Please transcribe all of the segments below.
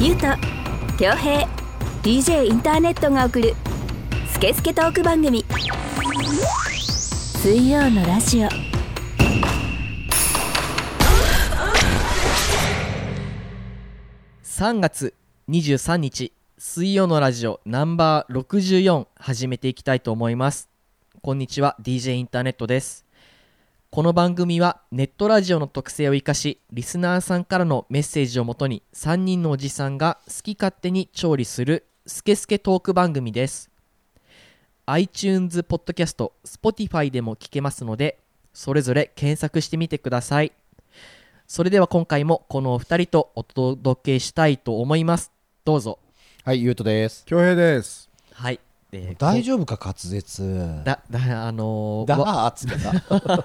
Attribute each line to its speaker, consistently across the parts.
Speaker 1: ゆうと恭平 DJ インターネットが送る「スケスケトーク番組」水曜のラジオ
Speaker 2: 3月23日水曜のラジオナンバー64始めていきたいと思いますこんにちは DJ インターネットですこの番組はネットラジオの特性を生かしリスナーさんからのメッセージをもとに3人のおじさんが好き勝手に調理するスケスケトーク番組です iTunes ポッドキャスト Spotify でも聞けますのでそれぞれ検索してみてくださいそれでは今回もこのお二人とお届けしたいと思いますどうぞ
Speaker 3: はい、ゆうとです。
Speaker 4: 恭平です。
Speaker 2: はい、えー
Speaker 3: 大
Speaker 2: こ
Speaker 3: 丈夫か、滑舌。
Speaker 2: だだあのー
Speaker 3: だ
Speaker 2: わ
Speaker 3: ーっつってた。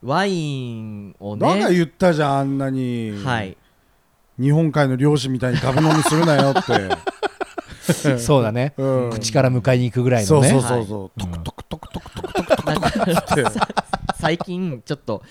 Speaker 2: ワインをね
Speaker 4: だから言ったじゃん、あんなに。
Speaker 2: はい
Speaker 4: 日本海の漁師みたいにガブ飲みするなよ って。
Speaker 3: そうだね、
Speaker 4: うん
Speaker 3: 口から迎えに行くぐらい
Speaker 4: そ
Speaker 3: の
Speaker 4: う
Speaker 3: ね。
Speaker 4: そうそうそう。トクトクトクトクトクトクトクトクトクって。
Speaker 2: 最近ちょっと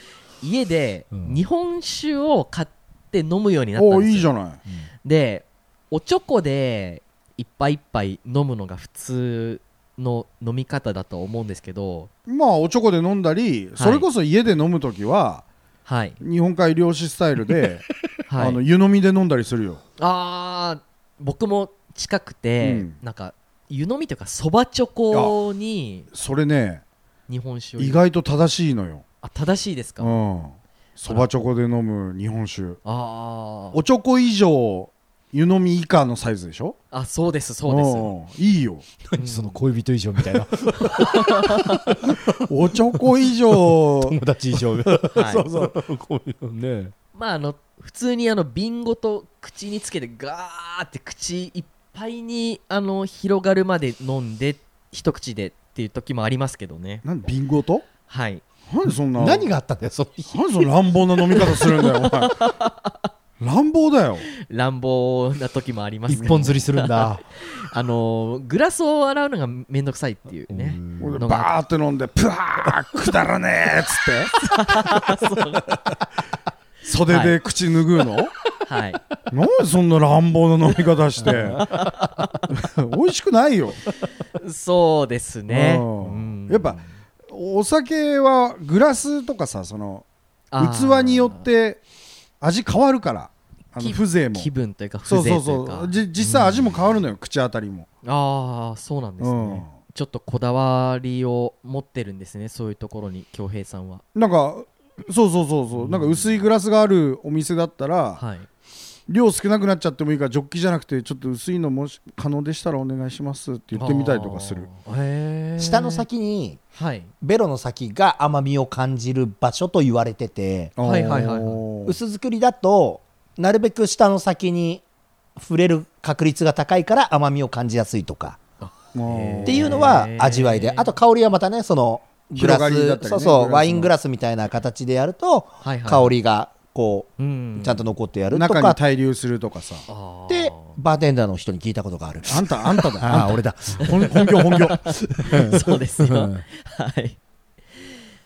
Speaker 2: 家で
Speaker 3: うん
Speaker 2: 日本酒を買って飲むようになったん
Speaker 4: おお、
Speaker 2: ですよ
Speaker 4: いいじゃない。
Speaker 2: でおちょこで一杯一杯飲むのが普通の飲み方だと思うんですけど
Speaker 4: まあ、おちょこで飲んだり、それこそ家で飲むときは、
Speaker 2: はい
Speaker 4: 日本海漁師スタイルで、
Speaker 2: はい
Speaker 4: あの湯飲みで飲んだりするよ。
Speaker 2: あー僕も近くて、
Speaker 4: うん
Speaker 2: なんか湯飲みというかそばチョコに
Speaker 4: それね、
Speaker 2: 日本酒を
Speaker 4: 意外と正しいのよ。
Speaker 2: あ正しいですか、
Speaker 4: う
Speaker 2: あ
Speaker 4: ん。そばちょこで飲む日本酒。
Speaker 2: あ
Speaker 4: おちょこ以上、湯飲み以下のサイズでしょ
Speaker 2: あそうですそうです
Speaker 4: す。いいよ。
Speaker 2: うん
Speaker 3: 何 その恋人以上み たいな
Speaker 4: おちょ こ以上、
Speaker 3: 友達以 上
Speaker 2: はい
Speaker 3: そうそうこういうのね
Speaker 2: まああの普通にあの瓶ごと口につけてガーって口いっぱいにあの広がるまで飲んで一口でっていう時もありますけどね
Speaker 4: なんビンゴと
Speaker 2: はい
Speaker 4: なんでそんな
Speaker 3: 何があったんだよその日
Speaker 4: なんでその乱暴な飲み方するんだよお前 乱暴だよ
Speaker 2: 乱暴な時もあります
Speaker 3: 一本釣
Speaker 2: り
Speaker 3: りするんだ
Speaker 2: あのグラスを洗うのがめんどくさいっていうね
Speaker 4: 俺
Speaker 2: のが
Speaker 4: バーって飲んでプワーくだらねえっつって袖で口拭うの、
Speaker 2: はい
Speaker 4: なんでそんな乱暴な飲み方して 美味しくないよ、
Speaker 2: そうですね
Speaker 4: うん
Speaker 2: うん
Speaker 4: やっぱお酒はグラスとかさその
Speaker 2: あー
Speaker 4: 器によって味変わるからあの
Speaker 2: き
Speaker 4: 風情も
Speaker 2: 気分というか
Speaker 4: そう
Speaker 2: 風
Speaker 4: そう
Speaker 2: 情とい
Speaker 4: そう
Speaker 2: か
Speaker 4: うじ実際味も変わるのよ、口当たりも
Speaker 2: ああそうなんですね、
Speaker 4: うん
Speaker 2: ちょっとこだわりを持ってるんですねそういうところに恭平さんは
Speaker 4: なんかそうそうそうそう、なんか薄いグラスがあるお店だったら、
Speaker 2: はい
Speaker 4: 量少なくなっちゃってもいいからジョッキじゃなくてちょっと薄いのもし可能でしたらお願いしますって言ってみたりとかする
Speaker 2: あーへえ
Speaker 3: 下の先に
Speaker 2: はい
Speaker 3: ベロの先が甘みを感じる場所と言われてて
Speaker 2: ーはいはいはいはい
Speaker 4: あー
Speaker 3: 薄作りだとなるべく下の先に触れる確率が高いから甘みを感じやすいとか
Speaker 4: あー
Speaker 3: っていうのは味わいで、あと香りはまたね、そのグラ
Speaker 4: 広がりだ
Speaker 3: ス、
Speaker 4: ったり
Speaker 3: そう
Speaker 4: ねグラ
Speaker 3: そ
Speaker 4: ス
Speaker 3: う、
Speaker 4: の
Speaker 3: ワイングラスみたいな形でやると、
Speaker 2: はいはい
Speaker 3: 香りがこ
Speaker 2: う
Speaker 3: う、
Speaker 2: ん
Speaker 3: ちゃんと残ってやると
Speaker 4: 中に
Speaker 3: かっ
Speaker 4: 滞留するとかさ
Speaker 3: て、バーテンダーの人に聞いたことがある。
Speaker 4: あんたあんただ
Speaker 3: ああ、俺だ。
Speaker 4: 本本業本業
Speaker 2: そうですよはい、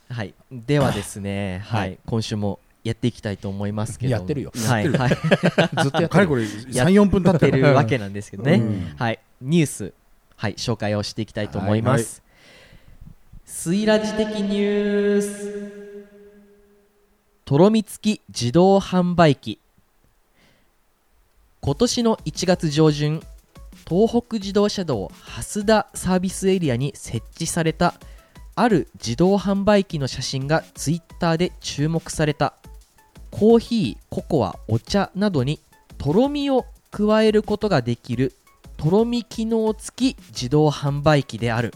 Speaker 2: はい、ではですね、はい今週もやっていきたいと思いますけども
Speaker 3: やってるよ
Speaker 2: はいはい
Speaker 3: ずっとやって
Speaker 4: かれ
Speaker 3: る。
Speaker 4: これ34分経
Speaker 2: や
Speaker 4: っ
Speaker 2: って
Speaker 4: て
Speaker 2: る
Speaker 4: る
Speaker 2: わけなんですけどね、
Speaker 4: うん
Speaker 2: はいニュースはい紹介をしていきたいと思います、スイラジ的ニュースとろみ付き自動販売機今年の1月上旬東北自動車道蓮田サービスエリアに設置されたある自動販売機の写真がツイッターで注目されたコーヒーココアお茶などにとろみを加えることができるとろみ機能付き自動販売機である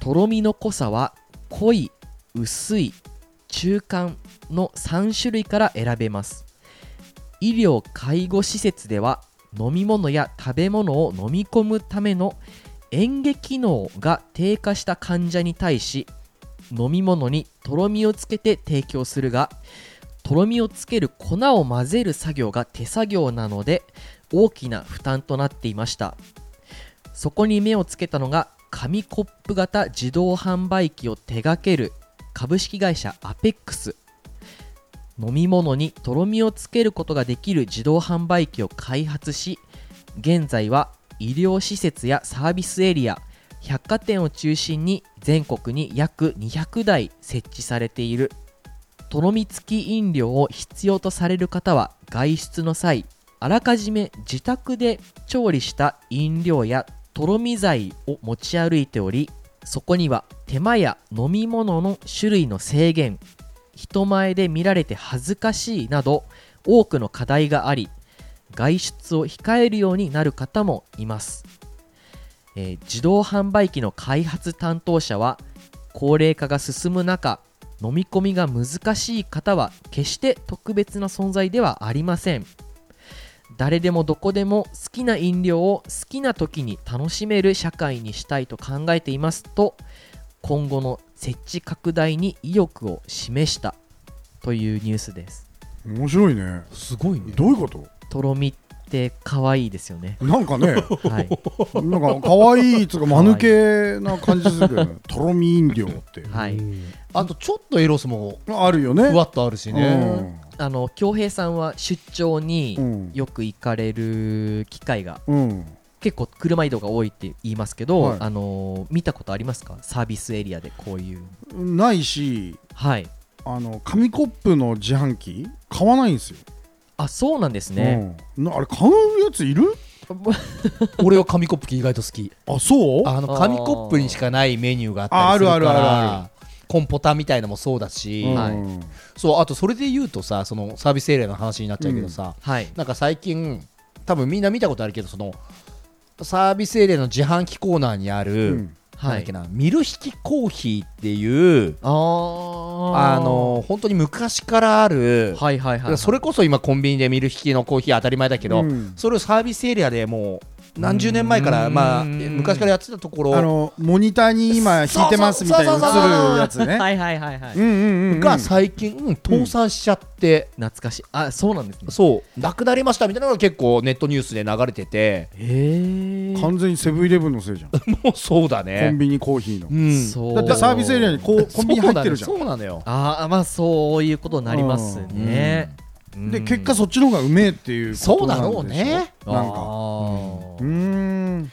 Speaker 2: とろみの濃さは濃い薄い中間の3種類から選べます医療介護施設では飲み物や食べ物を飲み込むための嚥下機能が低下した患者に対し飲み物にとろみをつけて提供するがとろみをつける粉を混ぜる作業が手作業なので大きな負担となっていましたそこに目をつけたのが紙コップ型自動販売機を手掛ける株式会社アペックス飲み物にとろみをつけることができる自動販売機を開発し現在は医療施設やサービスエリア百貨店を中心に全国に約200台設置されているとろみ付き飲料を必要とされる方は外出の際あらかじめ自宅で調理した飲料やとろみ剤を持ち歩いておりそこには手間や飲み物の種類の制限人前で見られて恥ずかしいなど多くの課題があり外出を控えるようになる方もいます、えー自動販売機の開発担当者は高齢化が進む中飲み込みが難しい方は決して特別な存在ではありません誰でもどこでも好きな飲料を好きな時に楽しめる社会にしたいと考えていますと今後の設置拡大に意欲を示したというニュースです
Speaker 4: 面白いね
Speaker 5: すごいね
Speaker 4: どういうこと
Speaker 2: とろみって可愛いですよね
Speaker 4: なんかね
Speaker 2: はい
Speaker 4: なんか可愛いつうか間抜けな感じするけどねとろみ飲料って
Speaker 2: は
Speaker 5: う
Speaker 2: い
Speaker 5: んあとちょっとエロスも
Speaker 4: あるよね
Speaker 5: ふわっとあるしね
Speaker 2: あの恭平さんは出張
Speaker 4: う
Speaker 2: に
Speaker 4: ん
Speaker 2: よく行かれる機会が
Speaker 4: うんうん
Speaker 2: 結構車移動が多いって言いますけど、
Speaker 4: はい
Speaker 2: あのー見たことありますかサービスエリアでこういう
Speaker 4: ないし
Speaker 2: はい
Speaker 4: あの紙コップの自販機買わないんですよ、
Speaker 2: あそうなんですね、
Speaker 4: うんなあれ買うやついる
Speaker 5: 俺は紙コップ機意外と好き
Speaker 4: あそう
Speaker 5: あの紙コップにしかないメニューがあった
Speaker 4: あー
Speaker 5: りするから
Speaker 4: あるあるあるあ
Speaker 5: コンポタみたいのもそうだし、
Speaker 4: うん
Speaker 2: はい
Speaker 5: そうあとそれで言うとさそのサービスエリアの話になっちゃうけどさ、
Speaker 2: はい
Speaker 5: なんか最近多分みんな見たことあるけどそのサービスエリアの自販機コーナーにある、
Speaker 4: うん
Speaker 5: なん
Speaker 2: は
Speaker 5: だっ
Speaker 2: い
Speaker 5: けなミル引きコーヒーっていう
Speaker 2: あー
Speaker 5: あの本当に昔からある、
Speaker 2: はいはいはい、はい、
Speaker 5: それこそ今コンビニでミル引きのコーヒー当たり前だけど、
Speaker 4: うん
Speaker 5: それをサービスエリアでもう何十年前から、
Speaker 2: うん
Speaker 5: まあ、昔からやってたところ
Speaker 4: あのモニターに今引いてますみたいな映
Speaker 5: そうそうそうそう
Speaker 4: るやつね
Speaker 2: はいはいはいはい
Speaker 4: うんうんうんうん
Speaker 5: が最近、うん倒産しちゃって、
Speaker 2: 懐かしいあそうなんですね
Speaker 5: そうなくなりましたみたいなのが結構ネットニュースで流れてて
Speaker 2: へえ
Speaker 4: 完全にセブンイレブンのせいじゃんコ
Speaker 5: もうそうだね
Speaker 4: ン。ビニコーヒーの
Speaker 5: うん
Speaker 2: そう
Speaker 4: だってサービスエリアにこうコンビニ入ってるじゃん
Speaker 5: そうなのよ。
Speaker 2: ああまあそういうことになりますね、うん
Speaker 4: で結果そっちの方がうめえっていうことなんでしょ
Speaker 5: そうだろうね
Speaker 4: なん
Speaker 2: あ
Speaker 4: か
Speaker 2: ー
Speaker 4: うーん
Speaker 5: だ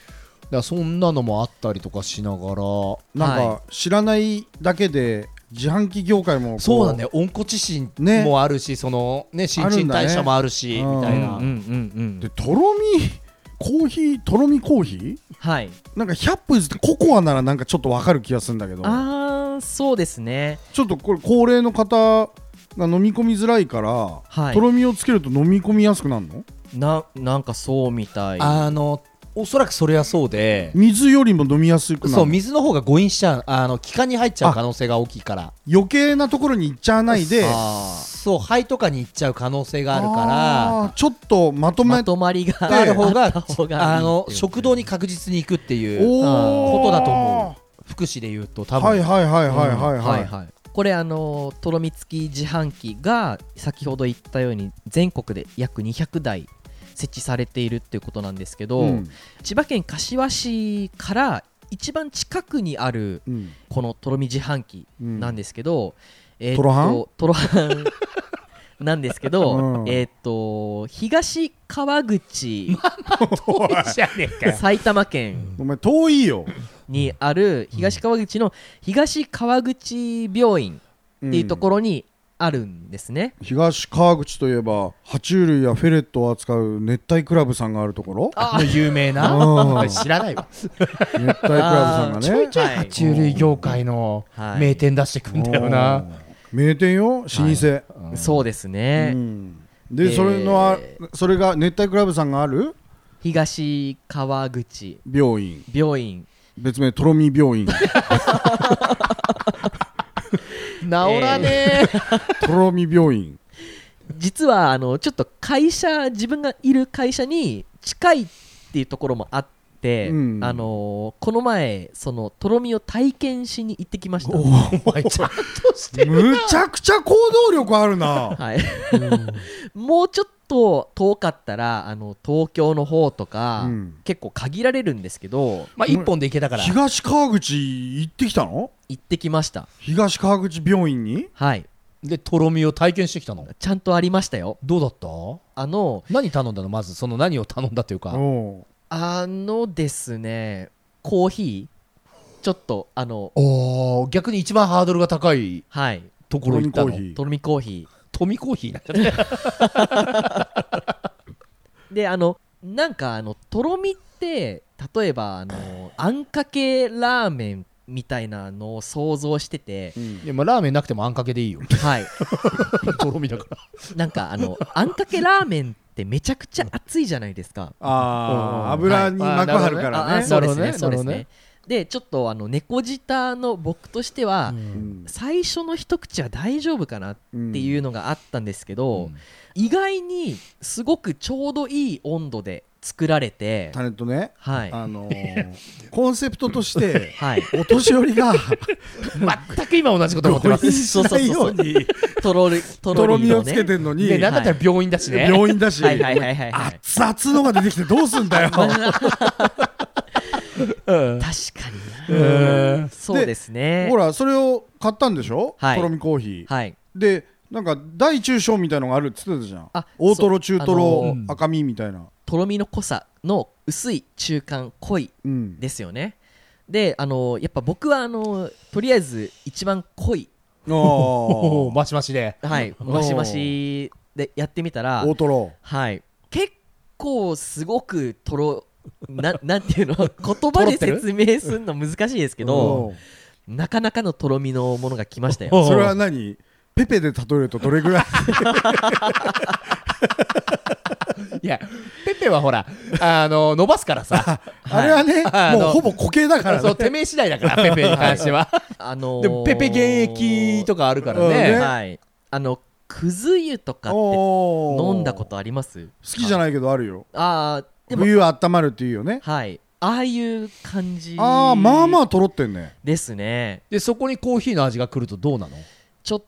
Speaker 5: からそんなのもあったりとかしながら。
Speaker 4: なん
Speaker 2: は
Speaker 4: か知らないだけで自販機業界もこ
Speaker 5: そうなんだよ。温故知新
Speaker 4: ね
Speaker 5: もあるし、そのね新陳代謝もあるし
Speaker 4: あるん
Speaker 5: み
Speaker 4: だ
Speaker 5: た
Speaker 4: ね
Speaker 5: いう
Speaker 2: ん
Speaker 5: な。
Speaker 2: うんうんう
Speaker 4: で
Speaker 2: ん
Speaker 4: とろみコーヒーとろみコーヒー
Speaker 2: はい
Speaker 4: なんか100歩譲ってココアならなんかちょっとわかる気がするんだけど
Speaker 2: ああそうですね
Speaker 4: ちょっとこれ高齢の方が飲み込みづらいから、
Speaker 2: はい
Speaker 4: とろみをつけると飲み込みやすくなるの
Speaker 2: ななんかそうみたい
Speaker 5: あのおそらくそれはそうで、
Speaker 4: 水よりも飲みやすくな
Speaker 5: そう
Speaker 4: るの
Speaker 5: 水の方が誤飲しちゃうあの気管に入っちゃう可能性が大きいから。
Speaker 4: 余計なところに行っちゃわないで
Speaker 2: あ
Speaker 5: そう肺とかに行っちゃう可能性がある
Speaker 4: あ
Speaker 5: か
Speaker 4: ーちょっとまと
Speaker 2: ー
Speaker 4: め、
Speaker 2: まとまりが
Speaker 5: ら。ある方が
Speaker 2: あった方がいい
Speaker 5: あの
Speaker 2: っていう
Speaker 5: 食堂に確実に行くっていう
Speaker 4: おー
Speaker 5: ことだと思う福祉で言うと多分、
Speaker 4: はいはいはいはいはい
Speaker 2: は
Speaker 4: はいい、
Speaker 2: はいこれあのとろみ付き自販機が先ほど言ったように全国で約200台設置されているっていうことなんですけど、
Speaker 4: うん
Speaker 2: 千葉県柏市から一番近くにある
Speaker 4: うん
Speaker 2: このとろみ自販機
Speaker 4: うん
Speaker 2: なんですけど、えーっ
Speaker 4: トロハン
Speaker 2: トロハンなんですけど、
Speaker 4: うん
Speaker 2: えーっと東川口
Speaker 5: おいじゃねえかよ
Speaker 2: 埼玉県
Speaker 4: お前遠いよ
Speaker 2: にある東川口の東川口病院っていうところにあるんですね。
Speaker 4: 東川口といえば爬虫類やフェレットを扱う熱帯クラブさんがあるところ
Speaker 5: の 有名
Speaker 4: う
Speaker 5: なん知らないわ
Speaker 4: 熱帯クラブさん
Speaker 2: あー
Speaker 4: がね
Speaker 2: ちょいちょい
Speaker 5: 爬虫類業界の
Speaker 2: はい
Speaker 5: 名店出してくんだよな、
Speaker 4: うん名店よ老舗、
Speaker 2: そうですね、
Speaker 4: うんで、
Speaker 2: えー
Speaker 4: それのあそれが熱帯クラブさんがある
Speaker 2: 東川口
Speaker 4: 病院
Speaker 2: 病院
Speaker 4: 別名とろみ病院
Speaker 5: 治らねえ、
Speaker 4: とろみ病院
Speaker 2: 実はあのちょっと会社自分がいる会社に近いっていうところもあって、
Speaker 4: うん
Speaker 2: あのこの前そのとろみを体験しに行ってきました
Speaker 5: お前ちゃんとして
Speaker 4: むちゃくちゃ行動力あるな
Speaker 2: はい、もうちょっと遠かったらあの東京の方とか、
Speaker 4: うん
Speaker 2: 結構限られるんですけど
Speaker 5: まあ一本で行けたから
Speaker 4: 東川口行ってきたの
Speaker 2: 行ってきました
Speaker 4: 東川口病院に
Speaker 2: はい
Speaker 5: でとろみを体験してきたの
Speaker 2: ちゃんとありましたよ
Speaker 5: どうだった
Speaker 2: あの
Speaker 5: 何頼んだのまずその何を頼んだというか
Speaker 4: おう
Speaker 2: あのですねコーヒーちょっとあの
Speaker 5: おー逆に一番ハードルが高い
Speaker 2: はい
Speaker 5: ところ行った
Speaker 4: トロミコーヒ
Speaker 5: の
Speaker 4: ー
Speaker 2: とろみコーヒ
Speaker 5: トミコーヒーなんかね
Speaker 2: ーであのなんかあのとろみって例えばあのあんかけラーメンみたいなのを想像してて
Speaker 5: いやまあラーメンなくてもあんかけでい いよ
Speaker 2: はい
Speaker 5: とろみだから
Speaker 2: なんかあのあんかけラーメンってめちゃくちゃ熱いじゃないですか
Speaker 4: ああ
Speaker 5: うん
Speaker 4: 油に幕張るか
Speaker 2: あ
Speaker 4: ら
Speaker 2: あ
Speaker 4: ね
Speaker 2: そうですね
Speaker 5: なるほどね
Speaker 2: そうですね
Speaker 5: なる
Speaker 2: でちょっとあの猫舌の僕としては、
Speaker 4: うん
Speaker 2: 最初の一口は大丈夫かなっていうのがあったんですけど、
Speaker 5: うん
Speaker 2: 意外にすごくちょうどいい温度で作られて
Speaker 4: タネットね
Speaker 2: はい
Speaker 4: あのー コンセプトとして
Speaker 2: はい
Speaker 4: お年寄 りが
Speaker 5: 全く今同じこと思ってます
Speaker 2: そうそうそうそう
Speaker 4: に
Speaker 2: とろりと
Speaker 4: と
Speaker 2: ろ
Speaker 4: ろ
Speaker 2: り
Speaker 4: み
Speaker 2: の
Speaker 4: をつけ
Speaker 2: ね
Speaker 4: てんのに
Speaker 5: ねなんだったら病院だしね
Speaker 4: 病院だし
Speaker 2: はいはいはいはいはい
Speaker 4: 熱々のが出てきてどうすんだよ
Speaker 5: う
Speaker 2: 確
Speaker 5: ん
Speaker 2: かに
Speaker 5: う
Speaker 2: な、
Speaker 5: ん
Speaker 2: そうですね
Speaker 4: ほらそれを買ったんでしょ
Speaker 2: はい
Speaker 4: とろみコーヒー
Speaker 2: はい
Speaker 4: でなんか大中小みたいのがあるっつってたじゃん
Speaker 2: あ
Speaker 4: 大トロ中ト
Speaker 2: そう
Speaker 5: あ
Speaker 4: ロ
Speaker 5: のー
Speaker 4: 赤身みたいな
Speaker 2: とろみの濃さの薄い中間濃い
Speaker 4: うん
Speaker 2: ですよねであのやっぱ僕はあのとりあえず一番濃い
Speaker 4: ああ
Speaker 5: おお
Speaker 4: 大
Speaker 5: マシマシで
Speaker 2: はい
Speaker 4: おー
Speaker 2: マシマシでやってみたら
Speaker 4: トロ
Speaker 2: はい結構すごくと ろななんていうの言葉で説明するの難しいですけど
Speaker 4: おう
Speaker 2: なかなかのとろみのものが来ましたよ
Speaker 5: お
Speaker 4: それは何ペペで例えるとどれぐらい
Speaker 5: いやペペはほらあの伸ばすからさ
Speaker 4: あれ はね
Speaker 5: あの
Speaker 4: もうほぼ固形だ から
Speaker 5: そう
Speaker 4: ね
Speaker 5: てめえ次第だからペペに関し ては
Speaker 2: あのー
Speaker 5: でもペペ現役とかあるから
Speaker 4: うんね
Speaker 5: ね
Speaker 2: はいあのくず湯とかって
Speaker 4: おう
Speaker 2: 飲んだことあります
Speaker 4: 好きじゃないけどあるよ
Speaker 2: ああでも
Speaker 4: 冬は温まるっていうよね
Speaker 2: はいああいう感じ
Speaker 4: ああまあまあとろってんね
Speaker 2: ですね
Speaker 5: でそこにコーヒーの味が来るとどうなの
Speaker 2: ちょっ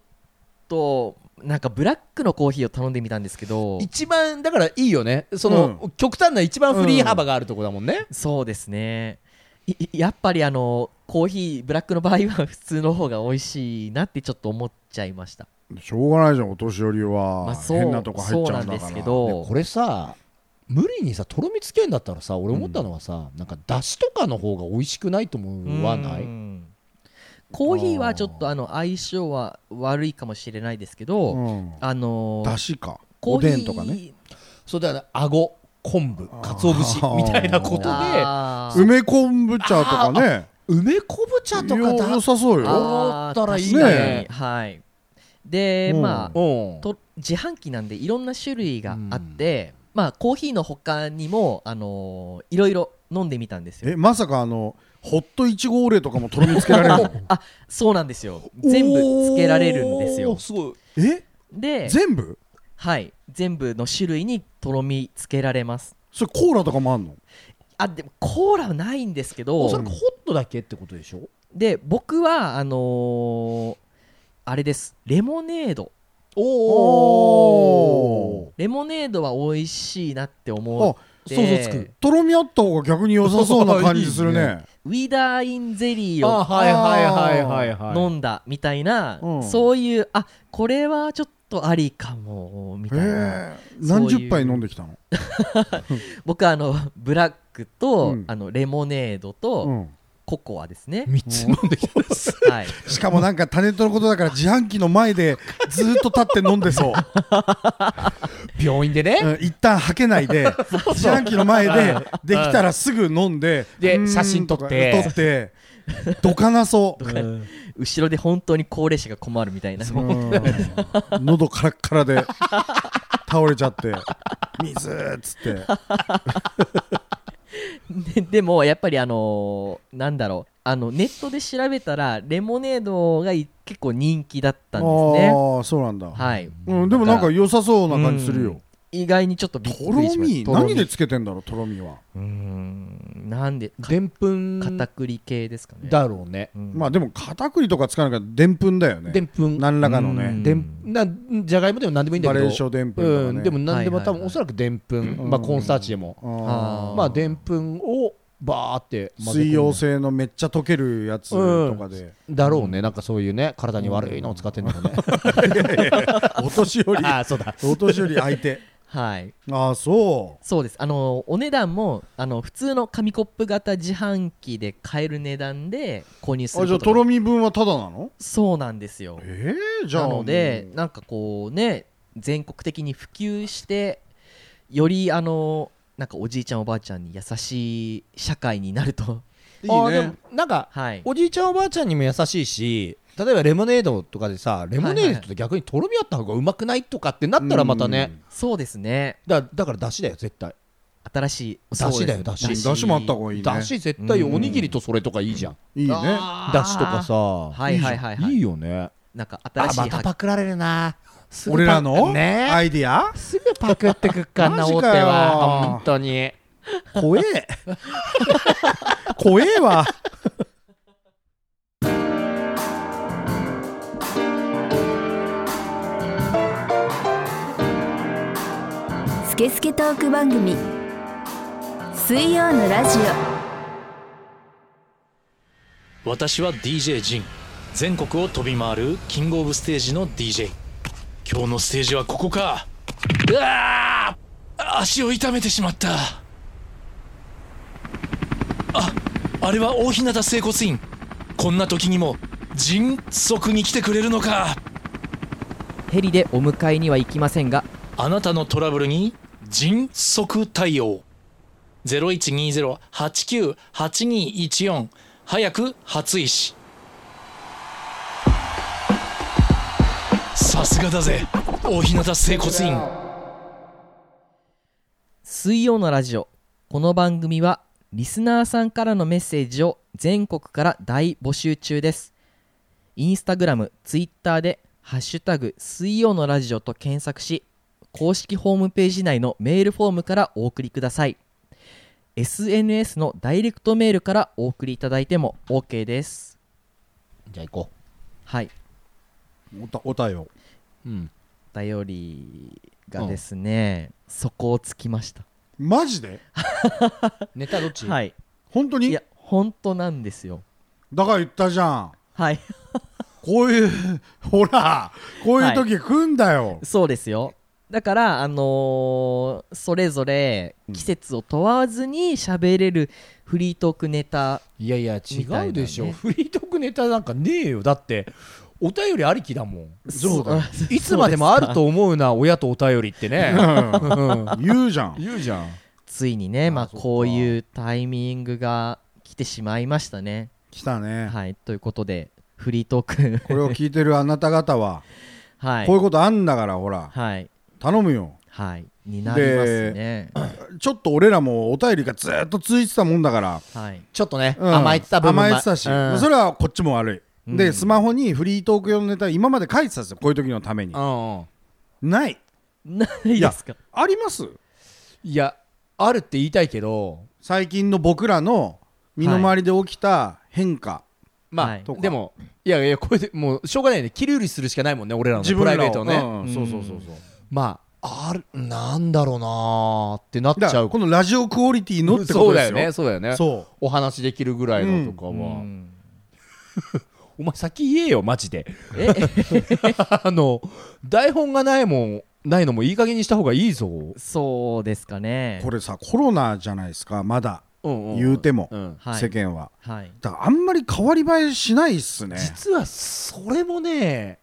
Speaker 2: となんかブラックのコーヒーを頼んでみたんですけど
Speaker 5: 一番だからいいよねその、
Speaker 4: う
Speaker 5: 極端な一番フリー幅があるとこだもんね、
Speaker 2: そうですねいいやっぱりあのコーヒーブラックの場合は普通の方が美味しいなってちょっと思っちゃいました
Speaker 4: しょうがないじゃんお年寄り
Speaker 2: ま
Speaker 4: は
Speaker 2: あそう
Speaker 4: 変なとこ入っちゃうん
Speaker 2: そうな
Speaker 4: だ
Speaker 2: んで
Speaker 4: か
Speaker 2: す
Speaker 4: ら
Speaker 2: け
Speaker 5: で
Speaker 2: ど
Speaker 5: これさ無理にさとろみつけんだったらさ俺思ったのはさ、なんかだしとかの方が美味しくないと思わな
Speaker 2: う
Speaker 5: い
Speaker 2: んコーヒーはちょっとあの相性は悪いかもしれないですけど、
Speaker 4: うん
Speaker 2: あの
Speaker 4: だしか
Speaker 2: コ
Speaker 4: お
Speaker 2: ーヒー
Speaker 4: でんとかね
Speaker 5: それだからあご昆布かつお節
Speaker 4: あー
Speaker 5: みたいなことで
Speaker 2: あー
Speaker 4: 梅昆布茶とかね
Speaker 5: 梅昆布茶とか
Speaker 4: よ
Speaker 5: だ
Speaker 4: 良さそうよ
Speaker 2: あー
Speaker 5: 思ったらい
Speaker 4: ね
Speaker 5: い
Speaker 2: 確かにはいで、
Speaker 4: うん
Speaker 2: まあ
Speaker 5: うん
Speaker 2: と自販機なんでいろんな種類があって、まあコーヒーの他にもあのーいろいろ飲んでみたんですよ
Speaker 4: えまさかあのホットいちごオレとかもとろみつけられるの
Speaker 2: あそうなんですよ全部つけられるんです
Speaker 5: お
Speaker 2: よ
Speaker 5: ーすごい
Speaker 4: え
Speaker 2: で
Speaker 4: 全部
Speaker 2: はい全部の種類にとろみつけられます
Speaker 4: それコーラとかもあんの
Speaker 2: あでもコーラはないんですけ
Speaker 5: おそら
Speaker 2: ど
Speaker 5: くホットだけってことでしょ
Speaker 2: で僕はあのーあれですレモネード
Speaker 5: お
Speaker 2: レモネードは美味しいなって思う
Speaker 4: あ
Speaker 2: で
Speaker 5: 想像つく
Speaker 4: とろみあった方が逆に良さそうな感じす る
Speaker 5: いい
Speaker 4: ね
Speaker 2: ウィダーインゼリーを
Speaker 5: あはいはいはいはいはい
Speaker 2: 飲んだみたいな、
Speaker 4: うん
Speaker 2: そういうあこれはちょっとありかもみ
Speaker 4: へ
Speaker 2: たいな
Speaker 4: え
Speaker 2: そういう
Speaker 4: 何十杯飲んできたの
Speaker 2: 僕はあのブラックと、
Speaker 4: うん
Speaker 2: あのレモネードと、
Speaker 4: うん
Speaker 2: ココアです ね、
Speaker 5: 3つ飲んできたんです
Speaker 2: はい、
Speaker 4: しかもなんかタネットのことだから自販機の前でずーっと立って飲んでそう
Speaker 5: 病院でね、
Speaker 4: うん一旦はけないで自販機の前でできたらすぐ飲んで
Speaker 5: で
Speaker 4: うーん
Speaker 5: 写真撮って
Speaker 4: とか撮ってどかなそ
Speaker 5: うん
Speaker 2: 後ろで本当に高齢者が困るみたいな
Speaker 4: ううん喉カラッカラで倒れちゃって水っつって
Speaker 2: ででもやっぱりあのーなんだろうあのネットで調べたらレモネードがい結構人気だったんですね
Speaker 4: ああそうなんだ、
Speaker 2: はい
Speaker 4: うん、でもなんか良さそうな感じするよ、
Speaker 2: 意外にちょっとびっく
Speaker 4: と
Speaker 2: り
Speaker 4: ろ
Speaker 2: しまし
Speaker 4: み
Speaker 2: た
Speaker 4: 何でつけてんだろうとろみは、
Speaker 2: うーんなんでか
Speaker 5: でんぷん
Speaker 2: 片栗系ですかね
Speaker 5: だろうね
Speaker 2: うん
Speaker 4: まあでも片栗とかつかないからでんぷんだよね
Speaker 5: でんぷん
Speaker 4: 何らかの
Speaker 2: うん
Speaker 4: ね
Speaker 5: でんなじゃがいもでも何でもいいんだ
Speaker 4: バ
Speaker 5: けど
Speaker 4: レーショでんぷんとか
Speaker 5: う
Speaker 4: ね
Speaker 5: ん、でも何でも
Speaker 2: はいはいは
Speaker 5: 多
Speaker 2: い
Speaker 5: 分おそらくでんぷん、
Speaker 4: うん
Speaker 5: まあ、コーンスターチでも、
Speaker 4: あ
Speaker 2: あー
Speaker 5: まあでんぷんをバーって
Speaker 4: ー
Speaker 5: 混ぜ込ん
Speaker 4: 水
Speaker 5: で
Speaker 4: 溶性のめっちゃ溶けるやつとかで、
Speaker 5: だろうね、なんかそういうね体に悪いのを使ってんのかね、
Speaker 4: お年寄り
Speaker 5: ああそうだ
Speaker 4: お年寄り相手
Speaker 2: はい
Speaker 4: ああそ
Speaker 2: そうですあのお値段もあの普通の紙コップ型自販機で買える値段で購入す
Speaker 4: うあ
Speaker 2: る
Speaker 4: じ
Speaker 2: こ
Speaker 4: ゃあ
Speaker 2: と
Speaker 4: と
Speaker 2: が
Speaker 4: ろみ分はただなの
Speaker 2: そうなんですよ
Speaker 4: ええじゃあ
Speaker 2: なので
Speaker 4: もう
Speaker 2: なんかこうね全国的に普及してよりあのなんかおじいちゃんおばあちゃんに優しい社会になると
Speaker 4: いい
Speaker 5: あー
Speaker 4: ね
Speaker 5: でもなんか
Speaker 2: はい
Speaker 5: おじいちゃんおばあちゃんにも優しいし例えばレモネードとかでさレモネードと逆にとろみあった方がうまくないとかってなったらまたね、
Speaker 2: そうですね
Speaker 5: だだからだしだよ絶対
Speaker 2: 新しい
Speaker 5: 出汁
Speaker 2: そうです
Speaker 5: だよ出
Speaker 4: うん
Speaker 5: 汁
Speaker 4: だしもあった方がいいね
Speaker 5: だし絶対おにぎりとそれとかいいじゃん、
Speaker 4: いいね
Speaker 5: だしとかさ
Speaker 2: はいはいはいはい
Speaker 5: いじゃんいよね
Speaker 2: なんか新しい
Speaker 5: あまたパクられるなすぐパク
Speaker 4: 俺らの
Speaker 5: ね
Speaker 4: アイディア
Speaker 5: すぐパクってくっかんな
Speaker 4: マジ
Speaker 5: 大手
Speaker 4: かよ
Speaker 5: は本当に
Speaker 4: 怖え怖えわ
Speaker 1: スケスケトーク番組水曜のラジ
Speaker 6: 私は DJ ジン全国を飛び回るキングオブステージの DJ 今日のステージはここかうわあ足を痛めてしまったああれは大日向整骨院こんな時にも迅速に来てくれるのか
Speaker 2: ヘリでお迎えには行きませんが
Speaker 6: あなたのトラブルに迅速対応0120-89-8214早く初石さすがだぜ大日向整骨院
Speaker 2: 水曜のラジオこの番組はリスナーさんからのメッセージを全国から大募集中ですインスタグラムツイッターで「ハッシュタグ水曜のラジオ」と検索し公式ホームページ内のメールフォームからお送りください SNS のダイレクトメールからお送りいただいても OK です
Speaker 5: じゃあ行こ
Speaker 2: はい
Speaker 4: おたおたよ
Speaker 5: う、うん、
Speaker 2: お便りがですね、そこをつきました
Speaker 4: マジで
Speaker 5: ネタどっち、
Speaker 2: はい
Speaker 4: 本当
Speaker 2: い
Speaker 4: に
Speaker 2: や本当なんですよ
Speaker 4: だから言ったじゃん
Speaker 2: はい
Speaker 4: こういう ほらこういう時来んだよ、
Speaker 2: そうですよだからあのーそれぞれ季節を問わずに喋れるフリートークネタ、
Speaker 5: いやいや違
Speaker 2: みたいなね
Speaker 5: うでしょ、フリートークネタなんかねえよだってお便りありきだもん
Speaker 4: そうだよ
Speaker 5: いつまでもあると思うな親とお便りってねうん
Speaker 4: 言うじゃん
Speaker 5: 言うじゃん
Speaker 2: ついにねまあ
Speaker 5: あそっか
Speaker 2: こういうタイミングが来てしまいましたね
Speaker 4: 来たね、
Speaker 2: はいということでフリートー
Speaker 4: こ
Speaker 2: ク
Speaker 4: れを聞いてるあなた方は、
Speaker 2: はい
Speaker 4: こういうことあんだからほら
Speaker 2: はい
Speaker 4: 頼むよ
Speaker 2: はいになりますね
Speaker 4: ちょっと俺らもお便りがずっと続いてたもんだから、
Speaker 2: はい
Speaker 5: ちょっとね、
Speaker 4: うん
Speaker 5: 甘えてた部分も
Speaker 4: 甘えてたし、
Speaker 5: うん
Speaker 4: それはこっちも悪い、
Speaker 2: うん
Speaker 4: でスマホにフリートーク用のネタ今まで書いてたんですよこういう時のために
Speaker 5: うんうん
Speaker 4: ない
Speaker 2: ないですか
Speaker 4: あります
Speaker 5: いやあるって言いたいけど
Speaker 4: 最近の僕らの身の回りで起きた変化、
Speaker 5: まあ、
Speaker 2: はい
Speaker 5: でもいやいやこれでもうしょうがないね切り売りするしかないもんね俺らのね
Speaker 4: 自
Speaker 5: プ
Speaker 4: 分
Speaker 5: ライ
Speaker 4: ら
Speaker 5: ベ
Speaker 4: を
Speaker 5: ートを
Speaker 4: う
Speaker 5: ね、
Speaker 4: んそうそうそうそう
Speaker 5: まああるなんだろうなーってなっち
Speaker 4: だか
Speaker 5: ゃ
Speaker 4: ら
Speaker 5: う
Speaker 4: このラジオクオリティのってこ
Speaker 5: そ
Speaker 4: と
Speaker 5: う
Speaker 4: です
Speaker 5: だよ
Speaker 4: よ
Speaker 5: ねそうだよね
Speaker 4: そ
Speaker 5: お話できるぐらいのとかは、
Speaker 2: うん
Speaker 5: お前先言えよマジで
Speaker 2: え
Speaker 5: あの台本がないもんないのもいい加減にした方がいいぞ、
Speaker 2: そうですかね
Speaker 4: これさコロナじゃないですかまだ
Speaker 5: うんうん
Speaker 4: 言うても、
Speaker 5: うん
Speaker 2: はい
Speaker 4: 世間は
Speaker 2: はい
Speaker 4: だからあんまり変わり映えしないっすね
Speaker 5: 実はそれもね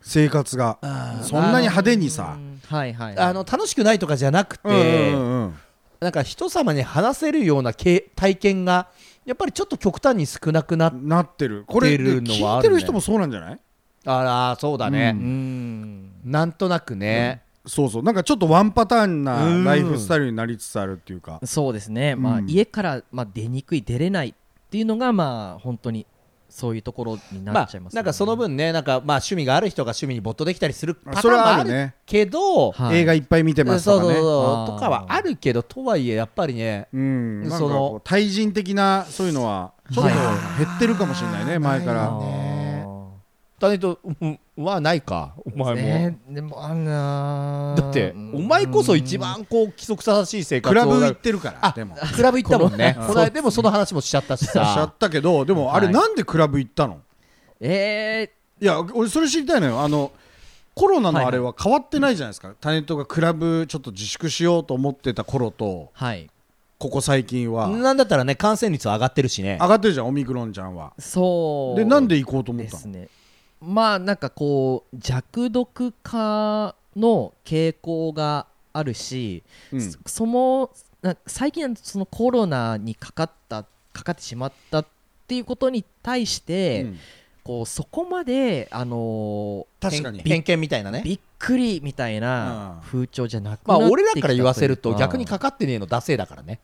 Speaker 4: 生活が
Speaker 5: あー
Speaker 4: そんなに派手にさ
Speaker 2: うんはいはいはい
Speaker 5: あの楽しくないとかじゃなくて、
Speaker 4: うんうんうん
Speaker 5: なんか人様に話せるようなけ体験がやっぱりちょっと極端に少なくなっ
Speaker 4: なってるこれ
Speaker 5: 出るのは
Speaker 4: で聞い
Speaker 5: あるね
Speaker 4: てる人もそうなんじゃない
Speaker 5: あらそうだ
Speaker 2: う
Speaker 5: ね、
Speaker 2: ん
Speaker 5: なんとなくね、
Speaker 4: そうそうなんかちょっとワンパターン
Speaker 5: う
Speaker 4: なんライフスタイルになりつつあるっていうか
Speaker 2: そうですね、まあ
Speaker 4: うん
Speaker 2: 家から、まあ、出にくい出れないっていうのがまあ本当にそういうところにな
Speaker 5: ま
Speaker 2: っ
Speaker 5: あ
Speaker 2: ちゃいます、ね
Speaker 5: なんかその、分ねなんかまあ趣味がある人が趣味に没頭できたりするパター
Speaker 4: そ
Speaker 5: ン
Speaker 4: れ
Speaker 5: も
Speaker 4: はあ
Speaker 5: あ
Speaker 4: る
Speaker 5: る
Speaker 4: ね
Speaker 5: けど
Speaker 2: はい
Speaker 4: 映画いっぱい見て
Speaker 5: そう
Speaker 4: ます
Speaker 5: そ
Speaker 4: と
Speaker 5: う
Speaker 4: か
Speaker 5: そう
Speaker 4: ね
Speaker 2: あー
Speaker 5: とかはあるけどとはいえやっぱりね
Speaker 4: うんなんか
Speaker 5: その
Speaker 4: こう対人的なそういうのはちょっと減ってるかもしれないね前か
Speaker 5: あ
Speaker 4: ら
Speaker 5: ー
Speaker 2: あー
Speaker 5: だねと、うんはないかお前も、
Speaker 2: ねでもあんな
Speaker 5: だってお前こそ一番こう規則正しい生活
Speaker 4: クラ
Speaker 5: を
Speaker 4: ブ行ってるからでもし
Speaker 5: クラブ行ったもんね
Speaker 4: この
Speaker 5: この間でもその話もしちゃったし
Speaker 4: ちゃ
Speaker 5: さ
Speaker 4: ったけどでもあれなんでクラブ行ったの
Speaker 2: え
Speaker 4: いや俺それ知りたいのよあのコロナのあれは変わってないじゃないですかタネットがクラブちょっと自粛しようと思ってた頃と
Speaker 2: ー、はい
Speaker 4: ここ最近は
Speaker 5: なんだったらね感染率上がってるしね
Speaker 4: 上がってるじゃんオミクロンちゃんは
Speaker 2: そう
Speaker 4: でなんで行こうと思っ
Speaker 2: で
Speaker 4: たの
Speaker 2: すねまあなんかこう弱毒化の傾向があるし、
Speaker 4: うん
Speaker 2: そそのな最近はそのコロナにかかったかかってしまったっていうことに対して、
Speaker 4: うん
Speaker 2: こうそこまであのー
Speaker 4: 確かに
Speaker 5: 偏見みたいなね
Speaker 2: びっくりみたいな
Speaker 4: うん
Speaker 2: 風潮じゃなく
Speaker 5: ま
Speaker 2: な
Speaker 5: あ
Speaker 2: ってきた
Speaker 5: 俺らから言わせると
Speaker 2: いう
Speaker 5: 逆にかかってねえのダセえだからね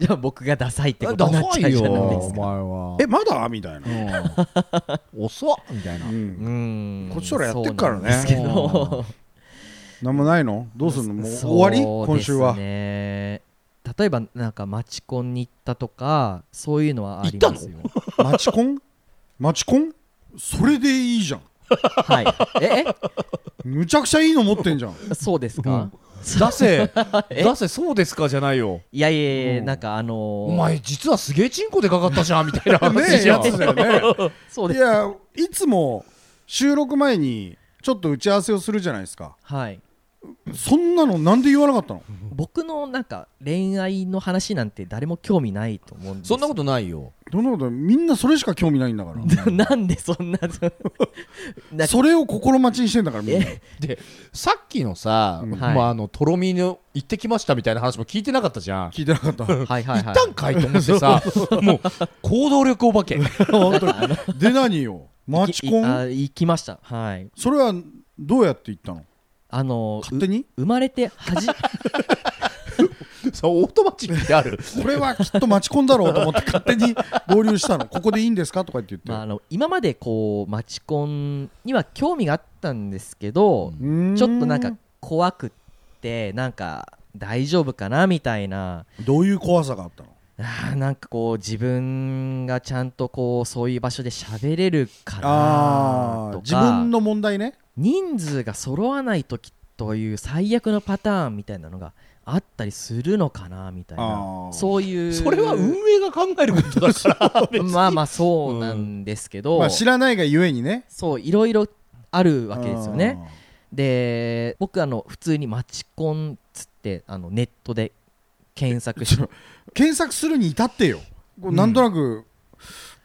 Speaker 2: じゃあ僕がダサいってこと
Speaker 5: ダ
Speaker 2: になっ
Speaker 5: サ
Speaker 2: ちゃ
Speaker 5: いうよ
Speaker 2: じゃないで
Speaker 5: お
Speaker 2: す
Speaker 5: 前
Speaker 2: か
Speaker 5: は
Speaker 4: えまだみたいな、
Speaker 5: うん遅っみたいな
Speaker 4: うん
Speaker 2: うん
Speaker 4: こっちからやってっからね
Speaker 2: そうなんですけど
Speaker 4: なんもないのどうすんのもう終わり今週は
Speaker 2: そうですね例えばなんかマチコンに行ったとかそういうのはありますよ
Speaker 4: マチコンマチコンそれでいいじゃん
Speaker 2: はいえ
Speaker 4: むちゃくちゃいいの持ってんじ ゃん
Speaker 2: えそうですか、
Speaker 5: ダセ え
Speaker 2: え
Speaker 5: ダセそうですかじゃないよ
Speaker 2: いやいやいやなんかあのー
Speaker 5: お前実はすげえチンコでかかったじゃんみ たいな話じゃん
Speaker 4: ねえやつだよね
Speaker 2: そうで
Speaker 4: い
Speaker 2: す
Speaker 4: やいつも収録前にちょっと打ち合わせをするじゃないですか
Speaker 2: はい
Speaker 4: そんなのなんで言わなかったの
Speaker 2: 僕のなんか恋愛の話なんて誰も興味ないと思うんです
Speaker 5: そんなことないよ
Speaker 4: どのことみんなそれしか興味ないんだから
Speaker 2: なんでそんななんか
Speaker 4: それを心待ちにしてんだからみんな
Speaker 2: え
Speaker 5: でさっきのさ、
Speaker 4: うん
Speaker 2: はい
Speaker 5: まあ、あのとろみの行ってきましたみたいな話も聞いてなかったじゃん
Speaker 4: 聞いてな かった
Speaker 2: はいはい
Speaker 5: 行
Speaker 2: は
Speaker 5: っ
Speaker 2: い
Speaker 5: たんかいと思って さもう行動力お化け
Speaker 4: 本当にで何よマチコ
Speaker 2: いあ
Speaker 4: ン
Speaker 2: 行きましたはい
Speaker 4: それはどうやって行ったの
Speaker 2: あのー
Speaker 4: 勝手に
Speaker 2: う生まれてはじ
Speaker 5: そうオートマチックである
Speaker 4: これはきっとマチコンだろう と思って勝手に合流したのここでいいんですかとか言って
Speaker 2: まあ、
Speaker 4: 言
Speaker 2: あ
Speaker 4: っ
Speaker 2: の今までこうマチコンには興味があったんですけど、
Speaker 4: てうーん
Speaker 2: ちょっとなんか怖くってなんか大丈夫かなみたいな
Speaker 4: どういう怖さがあったの
Speaker 2: あーなんかこう自分がちゃんとこうそういう場所で喋れるか
Speaker 4: あ
Speaker 2: な
Speaker 4: あ
Speaker 2: と
Speaker 4: 自
Speaker 2: か
Speaker 4: 分の問題ね
Speaker 2: 人数が揃わない時という最悪のパターンみたいなのがあったりするのかなみたい
Speaker 4: あ
Speaker 2: な
Speaker 4: ー
Speaker 2: そういう
Speaker 5: それは運営が考えることだから別に
Speaker 2: まあまあそうなんですけど、
Speaker 4: まあ知らないがゆえにね
Speaker 2: そういろいろあるわけですよね。で僕あの普通に「マチコン」つってあのネットで検索し
Speaker 4: ちょ検索するに至ってよこうなんとなく、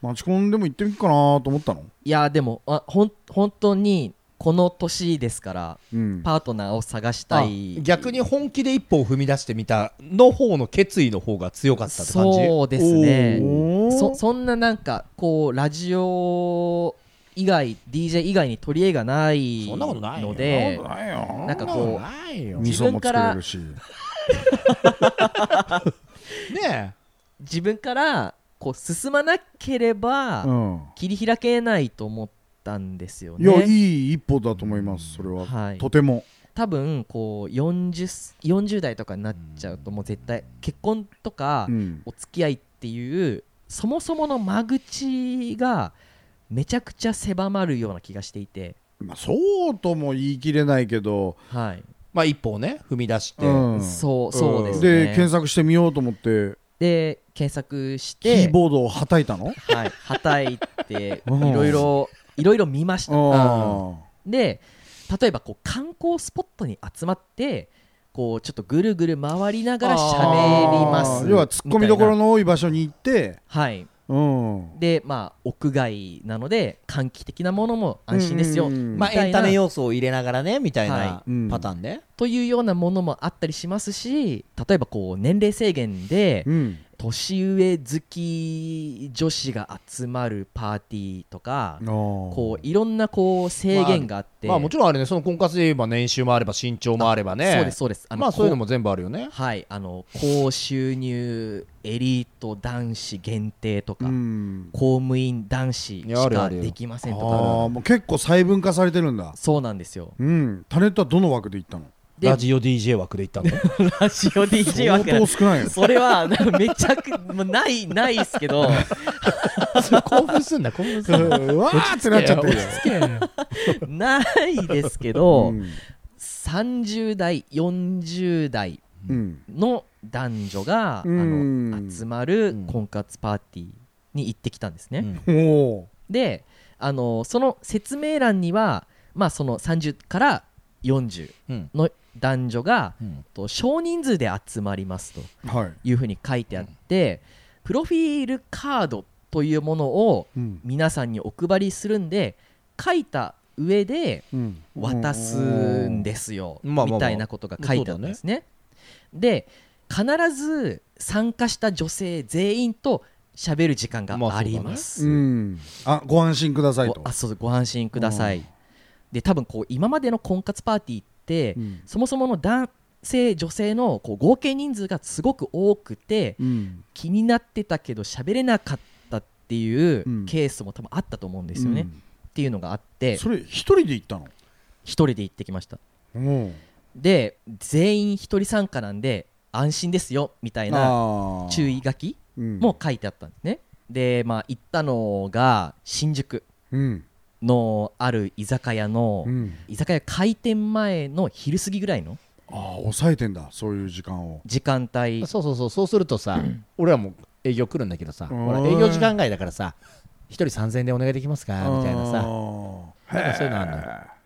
Speaker 4: マチコンでも行ってみっかなと思ったの、
Speaker 2: いやでもあほん本当にこの年ですから
Speaker 4: うん
Speaker 2: パートナーを探したい
Speaker 5: あ逆に本気で一歩を踏み出してみたの方の決意の方が強かったって感じ
Speaker 2: そうですね
Speaker 4: おー
Speaker 2: そそんななんかこうラジオ以外 DJ 以外に取り柄がない
Speaker 5: そんなことないよ
Speaker 2: ので
Speaker 4: ないよ
Speaker 2: なんか
Speaker 5: そ
Speaker 2: こ
Speaker 5: んなことないよ
Speaker 4: 味
Speaker 5: ね
Speaker 4: 噌も作れるし
Speaker 5: え
Speaker 2: 自分からこう進まなけれ
Speaker 4: う
Speaker 2: ば
Speaker 4: ん
Speaker 2: 切り開けないと思ったんですよ
Speaker 4: い
Speaker 2: ね。
Speaker 4: やいい一歩だと思いますそれは、
Speaker 2: はい
Speaker 4: とても
Speaker 2: 多分こう 40, 40代とかになっちゃうともう絶対結婚とか
Speaker 4: うん
Speaker 2: お付き合いっていうそもそもの間口がめちゃくちゃ狭まるような気がしていて、
Speaker 4: まあ、そうとも言い切れないけど、
Speaker 2: はい
Speaker 5: まあ一歩をね踏み出して、
Speaker 4: うん
Speaker 2: そうそうですね
Speaker 4: で検索してみようと思って
Speaker 2: で検索し
Speaker 4: キ
Speaker 2: て
Speaker 4: ーボードをはたいたの
Speaker 2: はい、はたいてい
Speaker 4: うん
Speaker 2: ろいろいろいろ見ました
Speaker 4: あ
Speaker 2: で例えばこう観光スポットに集まってこうちょっとぐるぐる回りながら
Speaker 4: あ
Speaker 2: 喋ります
Speaker 4: 要はツッコミどころ
Speaker 2: みたいな
Speaker 4: の多い場所に行って
Speaker 2: はい
Speaker 4: うん
Speaker 2: でまあ屋外なので換気的なものも安心ですよ、
Speaker 4: うんうんうん
Speaker 5: まあエンタメ
Speaker 2: みたいな
Speaker 5: 要素を入れながらねみたいな
Speaker 4: はいうん
Speaker 5: パターンね、
Speaker 2: というようなものもあったりしますし例えばこう年齢制限で
Speaker 4: うん
Speaker 2: 年上好き女子が集まるパーティーとかこ
Speaker 4: こ
Speaker 2: ういろんなこう制限があって、
Speaker 5: まあもちろんあれねその婚活で言えば年収もあれば身長もあればね
Speaker 2: そうですそうですあの
Speaker 5: まあそういうの
Speaker 2: こ
Speaker 5: も全部あるよね
Speaker 2: はいあの高収入エリート男子限定とか、
Speaker 4: うん
Speaker 2: 公務員男子し
Speaker 5: いやあるあ
Speaker 2: か
Speaker 5: る
Speaker 2: できませんとか
Speaker 4: ああもう結構細分化されてるんだ
Speaker 2: そうなんですよ
Speaker 4: うんタネットはどの枠で行ったの
Speaker 2: で
Speaker 5: ラジオ DJ 枠で行った の
Speaker 2: ラジオ DJ 枠
Speaker 4: 相当少ないよ
Speaker 2: それはなんかめちゃくもうないないですけど
Speaker 5: 興奮すんな興奮すんな
Speaker 4: うわーってなっちゃってるよ
Speaker 5: 落ち着けよ
Speaker 2: ないですけど、
Speaker 4: うん
Speaker 2: 30代40代
Speaker 4: うん
Speaker 2: の男女が、
Speaker 4: うん
Speaker 2: あの集まる
Speaker 5: うん
Speaker 2: 婚活パーティーに行ってきたんですね、
Speaker 5: うん
Speaker 4: おお
Speaker 2: であのその説明欄には、まあ、その30から40
Speaker 5: うん
Speaker 2: の男女が、
Speaker 5: うん
Speaker 2: と少人数で集まりますと
Speaker 4: はい
Speaker 2: いうふうに書いてあって、プロフィールカードというものを
Speaker 4: うん
Speaker 2: 皆さんにお配りするんで書いた上で
Speaker 4: うん
Speaker 2: 渡すんですよ、
Speaker 5: うんまあまあまあ
Speaker 2: みたいなことが書いてあったんですね。で必ず参加した女性全員と喋る時間が
Speaker 5: まあそうだ
Speaker 2: あ
Speaker 5: ね
Speaker 2: ります。
Speaker 4: うんあご安心くださいと
Speaker 2: ごあそうご安心ください、
Speaker 4: うん
Speaker 2: で多分こう今までの婚活パーティーって、
Speaker 4: うん
Speaker 2: そもそもの男性女性のこう合計人数がすごく多くて
Speaker 4: うん
Speaker 2: 気になってたけど喋れなかったっていう
Speaker 4: うん
Speaker 2: ケースも多分あったと思うんですよね、
Speaker 4: う
Speaker 2: っ
Speaker 4: ん
Speaker 2: ていうのがあって
Speaker 4: それ一人で行ったの
Speaker 2: 一人で行ってきました
Speaker 4: うん
Speaker 2: で全員一人参加なんで安心ですよみたいな
Speaker 4: あー
Speaker 2: 注意書き
Speaker 4: うん
Speaker 2: も書いてあったんですね、でまあ行ったのが新宿
Speaker 4: うん
Speaker 2: のある居酒屋の、
Speaker 4: うん
Speaker 2: 居酒屋開店前の昼過ぎぐらいの
Speaker 4: ああ抑えてんだそういう時間を
Speaker 2: 時間帯
Speaker 5: そうそうそうそうするとさ俺らも営業来るんだけどさ
Speaker 4: うん
Speaker 5: ほら営業時間外だからさ一人3000円でお願いできますかみたいな
Speaker 4: あ
Speaker 5: さ
Speaker 4: ー
Speaker 5: なんかそういうのあんのよ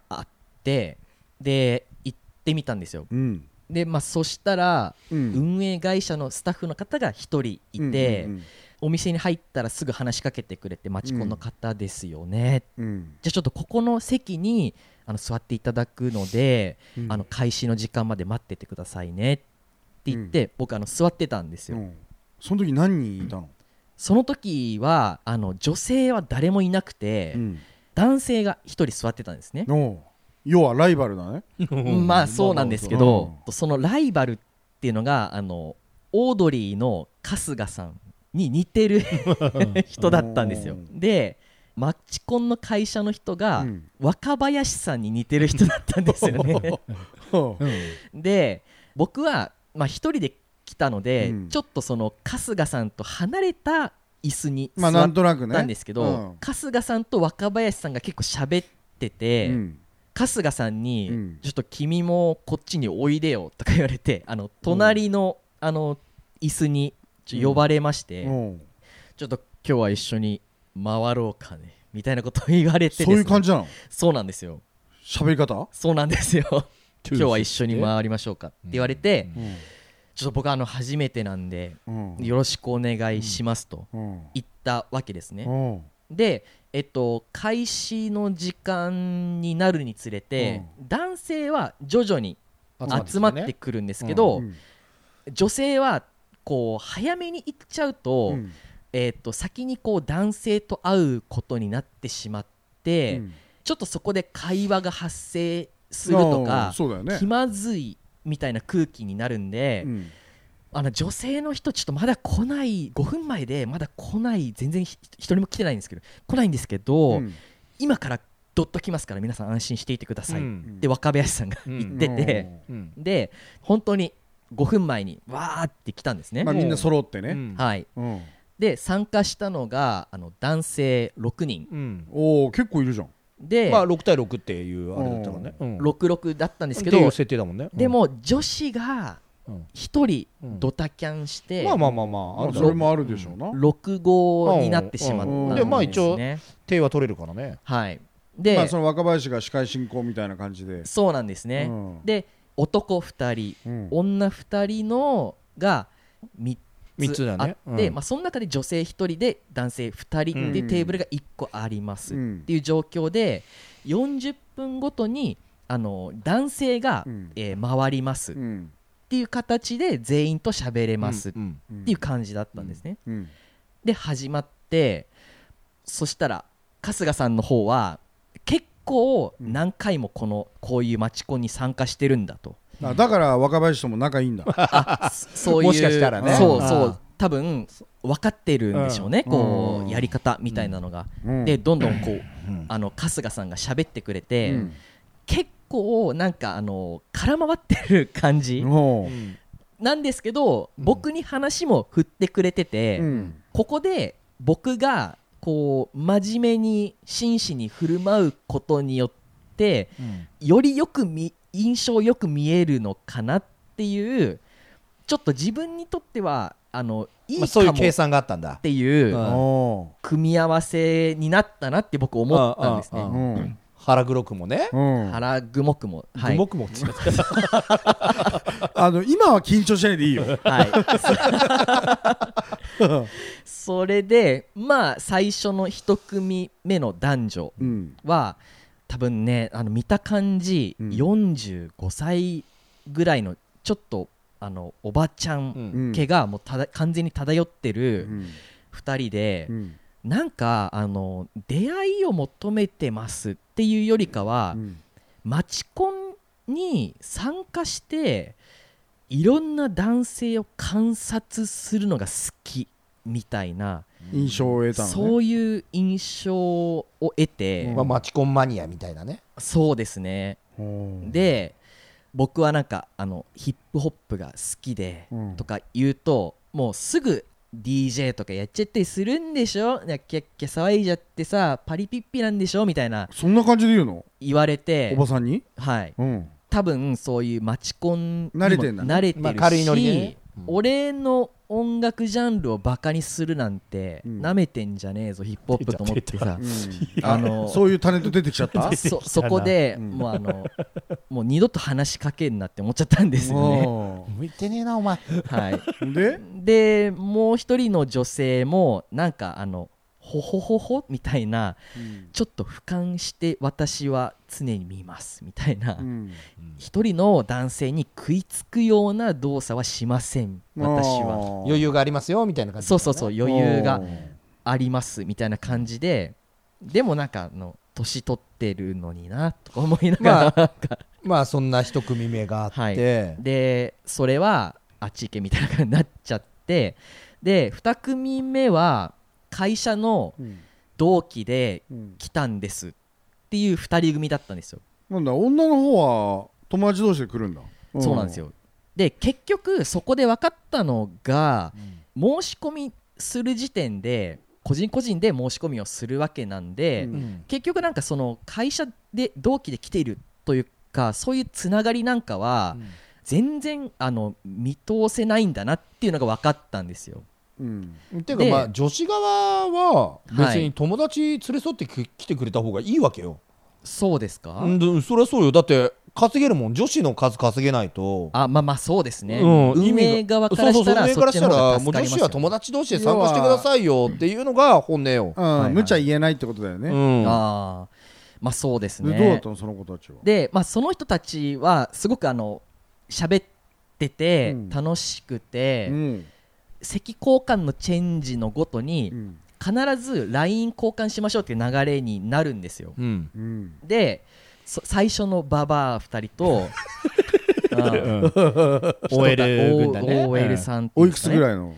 Speaker 2: あってで行ってみたんですよ
Speaker 4: うん
Speaker 2: でまあそしたら
Speaker 4: うん
Speaker 2: 運営会社のスタッフの方が1人いて、
Speaker 4: うん
Speaker 2: お店に入ったらすぐ話しかけてくれて「町コンの方ですよね」
Speaker 4: うん
Speaker 2: じゃあちょっとここの席にあの座っていただくので、
Speaker 4: うん
Speaker 2: あの開始の時間まで待っててくださいねって言って、僕あの座ってたんです
Speaker 4: う
Speaker 2: よ、
Speaker 4: んその時何人いたの
Speaker 2: その時はあの女性は誰もいなくて、
Speaker 4: うん
Speaker 2: 男性が1人座ってたんですね、
Speaker 4: おう要はライバルだね
Speaker 2: まあそうなんですけ
Speaker 4: まあま
Speaker 2: ど
Speaker 4: あ、
Speaker 2: そのライバルっていうのがあのオードリーの春日さんに似て る人だったんですよ
Speaker 4: う。ん
Speaker 2: でマッチコンの会社の人が
Speaker 4: うん
Speaker 2: 若林さんに似てる人だったんですよ ね。で僕は、まあ、一人で来たので、
Speaker 4: うん
Speaker 2: ちょっとその春日さんと離れた椅子に座
Speaker 4: まあ
Speaker 2: っ
Speaker 4: なんとなくね
Speaker 2: たんですけど、
Speaker 4: うん
Speaker 2: 春日さんと若林さんが結構喋ってて。
Speaker 4: うん
Speaker 2: 春日さんに、
Speaker 4: うん
Speaker 2: ちょっと君もこっちにおいでよ」とか言われてあの隣の,、あの椅子にちょ呼ばれまして、
Speaker 4: おう
Speaker 2: ちょっと今日は一緒に回ろうかねみたいなことを言われて
Speaker 4: そういう感じなの
Speaker 2: そうなんですよ
Speaker 4: 喋り方
Speaker 2: そうなんです よ今日は一緒に回りましょうかって言われて、ちょっと僕はあの初めてなんで
Speaker 4: うん
Speaker 2: よろしくお願いしますと
Speaker 4: うん
Speaker 2: 言ったわけですね、
Speaker 4: うん
Speaker 2: で、えっと、開始の時間になるにつれて、男性は徐々に 集まってくるんですけど、
Speaker 4: うん
Speaker 2: 女性はこう早めに行っちゃうと,、
Speaker 4: うん
Speaker 2: えっと先にこう男性と会うことになってしまって、
Speaker 4: うん
Speaker 2: ちょっとそこで会話が発生すると
Speaker 4: あー
Speaker 2: か、
Speaker 4: そうだよね
Speaker 2: 気まずいみたいな空気になるんで、
Speaker 4: うん
Speaker 2: あの女性の人ちょっとまだ来ない5分前でまだ来ない全然ひ一人も来てないんですけど来ないんですけど、
Speaker 4: うん
Speaker 2: 今からどっと来ますから皆さん安心していてください、
Speaker 5: うん
Speaker 2: で若林さんが 言ってて、
Speaker 5: うん
Speaker 2: で本当に5分前にわーって来たんです
Speaker 4: う
Speaker 2: ね、
Speaker 4: んまあみんな揃ってね
Speaker 2: はい
Speaker 4: うん
Speaker 2: で参加したのがあの男性6人
Speaker 5: うん
Speaker 4: おお結構いるじゃん
Speaker 2: で、
Speaker 5: まあ6対6っていうあれだったからねうん
Speaker 2: 66だったんですけ
Speaker 5: ってい
Speaker 2: ど
Speaker 5: う設定だもんね
Speaker 2: でも女子が
Speaker 5: う
Speaker 2: 1
Speaker 5: んうん
Speaker 2: 人ドタキャンして、
Speaker 5: まあまあまあまああ
Speaker 4: まあ
Speaker 5: る
Speaker 4: それもあるでしょうな
Speaker 2: 6号になってしまったんです、ね
Speaker 4: うんでまあ
Speaker 5: 一応手は取れるからね
Speaker 2: はいで、
Speaker 4: まあそ
Speaker 2: そ
Speaker 4: の若林が司会進行みたいな感じで
Speaker 2: うなんですね、
Speaker 4: うん
Speaker 2: で男2人
Speaker 4: うん
Speaker 2: 女2人のが3
Speaker 5: 三
Speaker 2: つ
Speaker 5: つだ
Speaker 2: あっ
Speaker 5: ね
Speaker 2: て、
Speaker 5: うん
Speaker 2: まあ、その中で女性1人で男性2人で
Speaker 4: うん
Speaker 2: テーブルが1個あります
Speaker 4: う
Speaker 2: っ
Speaker 4: ん
Speaker 2: ていう状況で40分ごとにあの男性が、
Speaker 4: うん
Speaker 2: えー回りますっ
Speaker 4: うん
Speaker 2: ていう形で全員と喋れますっ
Speaker 5: うんうん
Speaker 2: ていう感じだったんですね。
Speaker 4: うん
Speaker 2: で始まってそしたら春日さんの方は結構何回もこのこういうマチコンに参加してるんだと
Speaker 4: あだから若林とも仲いいんだ
Speaker 2: あそそういう
Speaker 5: もしかしたら
Speaker 4: ね
Speaker 2: そうそ
Speaker 5: あ
Speaker 2: う多分分かってるんでしょうね、
Speaker 4: うん
Speaker 2: こ
Speaker 4: うん
Speaker 2: うやり方みたいなのが、
Speaker 4: うん
Speaker 2: でどんどんこう、
Speaker 5: うん
Speaker 2: あの春日さんが喋ってくれて、
Speaker 4: うん
Speaker 2: 結構なんかあの空回ってる感じ
Speaker 4: お
Speaker 5: う
Speaker 4: ー
Speaker 5: ん
Speaker 2: なんですけど、僕に話も振ってくれてて、
Speaker 4: うん
Speaker 2: ここで僕がこう真面目に真摯に振る舞うことによって、よりよく見印象よく見えるのかなっていうちょっと自分にとってはあのいい
Speaker 5: まあ、
Speaker 2: か
Speaker 5: そうい
Speaker 2: も
Speaker 5: う計
Speaker 2: っ
Speaker 5: 算があったんだ
Speaker 2: ていう
Speaker 5: うん
Speaker 4: お
Speaker 2: 組み合わせになったなって僕思ったんです
Speaker 5: ああ
Speaker 4: ー
Speaker 5: あ
Speaker 2: ね。
Speaker 4: うん
Speaker 5: 腹黒くもね
Speaker 4: うん
Speaker 2: 腹グモクも、はい、
Speaker 5: もくもつ
Speaker 4: あの今は緊張しないでいいよ
Speaker 2: はい、それでまあ最初の一組目の男女
Speaker 4: うん
Speaker 2: は多分ねあの見た感じ、
Speaker 4: うん
Speaker 2: 45歳ぐらいのちょっとあのおばちゃ
Speaker 5: うん
Speaker 4: うんん
Speaker 2: 毛がもうただ完全に漂って
Speaker 4: う
Speaker 2: る
Speaker 4: ん
Speaker 2: 2人で、
Speaker 4: うん
Speaker 2: なんかあの出会いを求めてますっていうよりかは、
Speaker 4: うん
Speaker 2: マチコンに参加していろんな男性を観察するのが好きみたいな、
Speaker 4: 印象を得たのね
Speaker 2: そういう印象を得て、
Speaker 4: うん
Speaker 5: まあ、マチコンマニアみたいなね
Speaker 2: そうですね
Speaker 4: うん
Speaker 2: で僕はなんかあのヒップホップが好きで
Speaker 4: うん
Speaker 2: とか言うと、もうすぐ DJ とかやっちゃったりするんでしょキャッキャ騒いじゃってさパリピッピなんでしょみたいな
Speaker 4: そんな感じで言うの
Speaker 2: 言われて
Speaker 4: おばさんに
Speaker 2: はい
Speaker 4: うん
Speaker 2: 多分そういうマチコンにも
Speaker 4: 慣れてんだね
Speaker 2: 慣れてるし、
Speaker 5: まあ軽いノリでねうん
Speaker 2: 俺の音楽ジャンルをバカにするなんて
Speaker 4: うん
Speaker 2: なめてんじゃねえぞ、ヒップホップと思ってさ
Speaker 4: あ
Speaker 2: あ
Speaker 4: の
Speaker 2: の
Speaker 4: そういうタレント出てきち ゃった
Speaker 2: あそそこで、
Speaker 4: うん
Speaker 2: もうあのもう二度と話しかけんなって思っちゃったんですよね。
Speaker 4: お
Speaker 5: 向いてねえなお前
Speaker 2: はい、
Speaker 4: ー で
Speaker 2: でもう一人の女性もなんかあのほほほほみたいなちょっと俯瞰して私は常に見ますみたいな
Speaker 4: うん
Speaker 2: 一、人の男性に食いつくような動作はしません私は
Speaker 4: あー
Speaker 5: 余裕がありますよみたいな感じだ
Speaker 2: そ
Speaker 5: ね、
Speaker 2: うそうそう余裕がありますみたいな感じででもなんかあの年取ってるのになとか思いながら、
Speaker 5: まあそんな一組目があって、
Speaker 2: はい でそれはあっち行けみたいな感じになっちゃってで2組目は会社の
Speaker 4: うん
Speaker 2: 同期で
Speaker 4: うん
Speaker 2: 来たんですっていう2人組だったんですよ、
Speaker 4: なんだ女の方は友達同士で来るんだ
Speaker 2: そうなんですよで結局そこで分かったのが申し込みする時点で個人個人で申し込みをするわけなんで、
Speaker 4: うん
Speaker 5: うん
Speaker 2: 結局なんかその会社で同期で来ているというかそういうつながりなんかは全然あの見通せないんだなっていうのが分かったんですよ
Speaker 4: うん
Speaker 5: っていうか
Speaker 2: で
Speaker 5: まあ女子側は別に友達連れ添ってき来てくれた方がいいわけよ、
Speaker 2: そうですか
Speaker 5: うんでそりゃそうよだって稼げるもん女子の数稼げないと
Speaker 2: あまあまあそうですね、
Speaker 5: うん意
Speaker 2: 運営
Speaker 5: 味が
Speaker 2: 側からしたら
Speaker 5: そうそうそう運営からした
Speaker 2: そ
Speaker 5: ら
Speaker 2: っちの方が助
Speaker 5: もう女
Speaker 2: かりますよ
Speaker 5: 子は友達同士で参加してくださいよっていうのが本音よ、
Speaker 4: あ
Speaker 2: は
Speaker 4: あ
Speaker 2: い
Speaker 4: 無茶言えないってことだよね
Speaker 5: うん
Speaker 2: ああまあそうです
Speaker 4: で
Speaker 2: ね
Speaker 4: どうだったのその子たちは
Speaker 2: で、まあ、その人たちはすごくあの喋ってて
Speaker 4: うん
Speaker 2: 楽しくて、
Speaker 4: うん
Speaker 2: 席交換のチェンジのごとに
Speaker 4: うん
Speaker 2: 必ず LINE 交換しましょうっていう流れになるんですよ
Speaker 5: うん
Speaker 4: うん
Speaker 2: でそ最初のババア2人と
Speaker 5: OL 軍団ね
Speaker 2: o l さんって
Speaker 4: お
Speaker 2: うん
Speaker 4: い
Speaker 2: で
Speaker 4: く
Speaker 2: す
Speaker 4: つ
Speaker 2: かね
Speaker 4: ぐらいの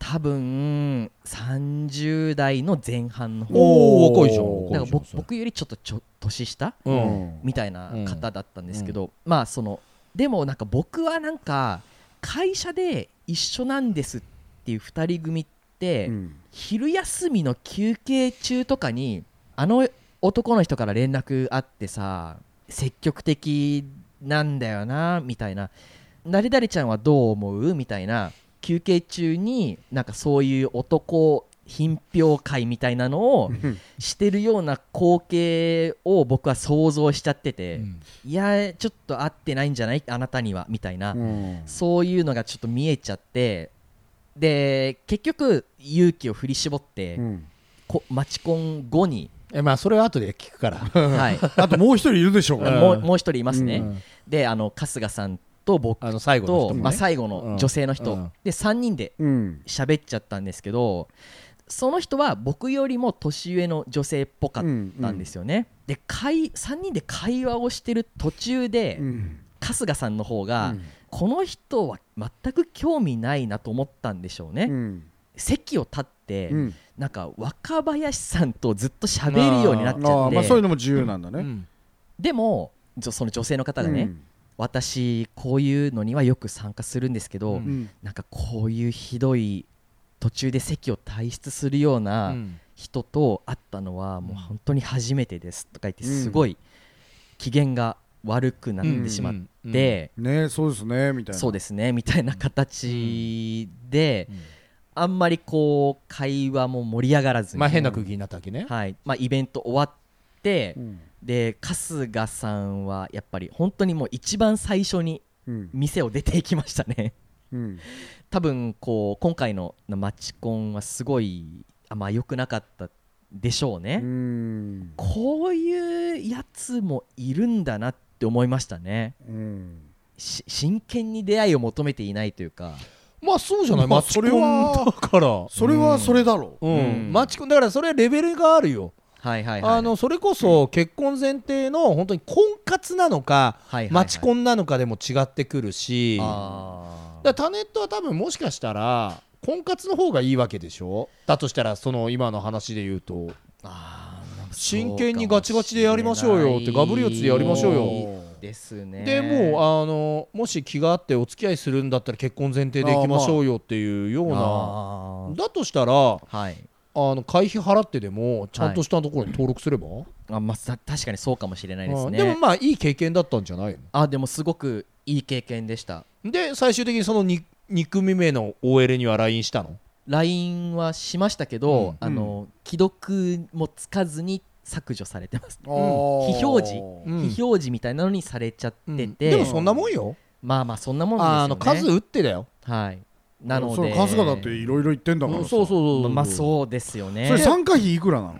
Speaker 2: 多分30代の前半の方
Speaker 5: おお若いじゃん
Speaker 2: だから
Speaker 5: 若いじ
Speaker 2: 僕
Speaker 5: ゃん
Speaker 2: 僕よりちょっとちょ年下
Speaker 5: う
Speaker 4: うんん
Speaker 2: みたいな方だったんですけど、まあそのでもなんか僕はなんか会社で一緒なんですっていう2人組って、
Speaker 4: うん
Speaker 2: 昼休みの休憩中とかにあの男の人から連絡あってさ積極的なんだよなみたいな誰々ちゃんはどう思うみたいな休憩中になんかそういう男品評会みたいなのをしてるような光景を僕は想像しちゃってて、いやちょっと合ってないんじゃないあなたにはみたいな、
Speaker 4: うん
Speaker 2: そういうのがちょっと見えちゃってで結局勇気を振り絞って、
Speaker 4: うん
Speaker 2: こマチコン後に、
Speaker 5: えまあそれは後で聞く から
Speaker 2: はい、
Speaker 4: あともう一人いるでしょうが
Speaker 2: もうもう一人いますね、
Speaker 5: うん
Speaker 2: であの春日さんと僕
Speaker 5: あの最後の
Speaker 2: と、
Speaker 5: 人もね、
Speaker 2: まあ、最後の女性の人、
Speaker 5: うん
Speaker 2: で3人で
Speaker 4: うん
Speaker 2: 喋っちゃったんですけどその人は僕よりも年上の女性っぽかったんですよね、で会3人で会話をしてる途中で、
Speaker 4: うん
Speaker 2: 春日さんの方が、
Speaker 4: うん
Speaker 2: この人は全く興味ないなと思ったんでしょうね、
Speaker 4: うん
Speaker 2: 席を立って、
Speaker 4: うん
Speaker 2: なんか若林さんとずっと喋るようになっちゃって
Speaker 4: ああまあそういうのも自由なんだ
Speaker 5: う
Speaker 4: ね
Speaker 5: ん
Speaker 2: でもじょその女性の方がね、私こういうのにはよく参加するんですけど、
Speaker 5: うん
Speaker 4: うん
Speaker 2: なんかこういうひどい途中で席を退出するような
Speaker 5: うん
Speaker 2: 人と会ったのはもう本当に初めてですとか言って
Speaker 4: うん
Speaker 2: すごい機嫌が悪くなってしまって、
Speaker 4: ねそうですねみたいな
Speaker 2: そうですねみたいな形で、あんまりこう会話も盛り上がらずに、
Speaker 5: まあ変な空気になったわけね、
Speaker 2: はいまあ、イベント終わって、
Speaker 4: うん
Speaker 2: で春日さんはやっぱり本当にもう一番最初に
Speaker 4: うん
Speaker 2: 店を出ていきましたね
Speaker 4: うん
Speaker 2: 多分こう今回のマチコンはすごいあまあ良くなかったでしょう
Speaker 4: う
Speaker 2: ね、
Speaker 4: ん
Speaker 2: こういうやつもいるんだなって思いましたね
Speaker 4: うん
Speaker 2: し真剣に出会いを求めていないというか
Speaker 5: まあそうじゃない、
Speaker 4: まあ
Speaker 5: マチコン
Speaker 4: それは
Speaker 5: だから
Speaker 4: それはそれだろう
Speaker 5: うん、
Speaker 2: うん
Speaker 5: マチコンだからそれはレベルがあるよ、
Speaker 2: はいはいはい
Speaker 5: あのそれこそ結婚前提の本当に婚活なのか、
Speaker 2: はいはいはい
Speaker 5: マチコンなのかでも違ってくるし
Speaker 2: あー
Speaker 5: だからタネットは多分もしかしたら婚活の方がいいわけでしょだとしたらその今の話で言うと
Speaker 2: あー
Speaker 5: 真剣にガチガチでやりましょうよってガブリオツでやりましょう
Speaker 4: よ
Speaker 2: ですね
Speaker 5: でもうあのもし気があってお付き合いするんだったら結婚前提でいきましょうよっていうような
Speaker 2: あー
Speaker 5: だとしたらあ
Speaker 2: はい
Speaker 5: の会費払ってでもちゃんとしたところに登録すれば、
Speaker 2: あまあさ確かにそうかもしれないです
Speaker 5: うん
Speaker 2: ね
Speaker 5: でもまあいい経験だったんじゃない
Speaker 2: あでもすごくいい経験でした
Speaker 5: ので最終的にその 2, 組目の OL には LINE したの
Speaker 2: LINE はしましたけど、
Speaker 5: うん
Speaker 2: あの既読もつかずに削除されてます、
Speaker 4: あー
Speaker 2: 非表示
Speaker 5: うん
Speaker 2: 非表示みたいなのにされちゃって
Speaker 5: うん
Speaker 2: て、
Speaker 5: でもそんなもんよ
Speaker 2: まあまあそんなもんですよね
Speaker 5: あの数打ってだよ
Speaker 2: はいなの
Speaker 4: そ
Speaker 2: で
Speaker 4: れ春日だっていろいろ言ってんだからさ
Speaker 5: そうそうそうそう
Speaker 2: まあそうですよね
Speaker 4: それ参加費いくらな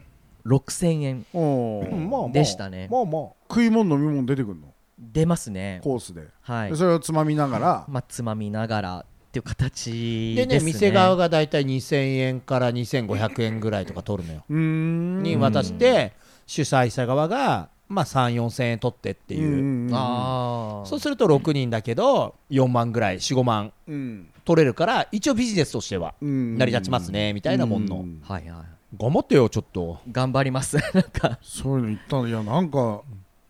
Speaker 2: 6000円
Speaker 4: のうん
Speaker 5: まあまあ
Speaker 2: でしたね
Speaker 5: まあまあ
Speaker 4: 食い物飲み物出てくるの
Speaker 2: 出ますね
Speaker 4: コースで
Speaker 2: はい
Speaker 4: でそれをつまみながら
Speaker 2: まあつまみながらっていう形
Speaker 5: で
Speaker 2: です
Speaker 5: ね
Speaker 2: ね
Speaker 5: 店側がだいたい2000円から2500円ぐらいとか取るのよ
Speaker 4: うーん
Speaker 5: に渡して主催者側がまあ34000円取ってっていう
Speaker 4: うん
Speaker 2: ああ
Speaker 5: そうすると6人だけど4万ぐらい45万
Speaker 4: うん
Speaker 5: 取れるから一応ビジネスとしては
Speaker 4: うん
Speaker 5: 成り立ちますねみたいなもん
Speaker 4: う
Speaker 5: の
Speaker 4: ん
Speaker 2: はいはい
Speaker 5: 頑張ってよちょっと
Speaker 2: 頑張ります なんか
Speaker 4: そういうの言ったのいやなんか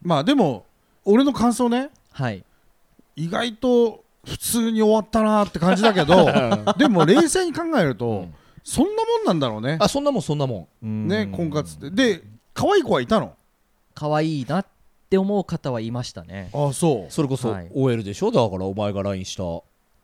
Speaker 4: まあでも俺の感想ね
Speaker 2: はい
Speaker 4: 意外と普通に終わったなって感じだけ どでも冷静に考えるとそんなもんなんだろうね
Speaker 5: あそんなもんそんなもん
Speaker 4: ね
Speaker 2: うん
Speaker 4: 婚活ってで可愛い子はいたの
Speaker 2: 可愛いなって思う方はいましたね
Speaker 4: あそう
Speaker 5: それこそ
Speaker 2: はい
Speaker 5: OL でしょだからお前が LINE した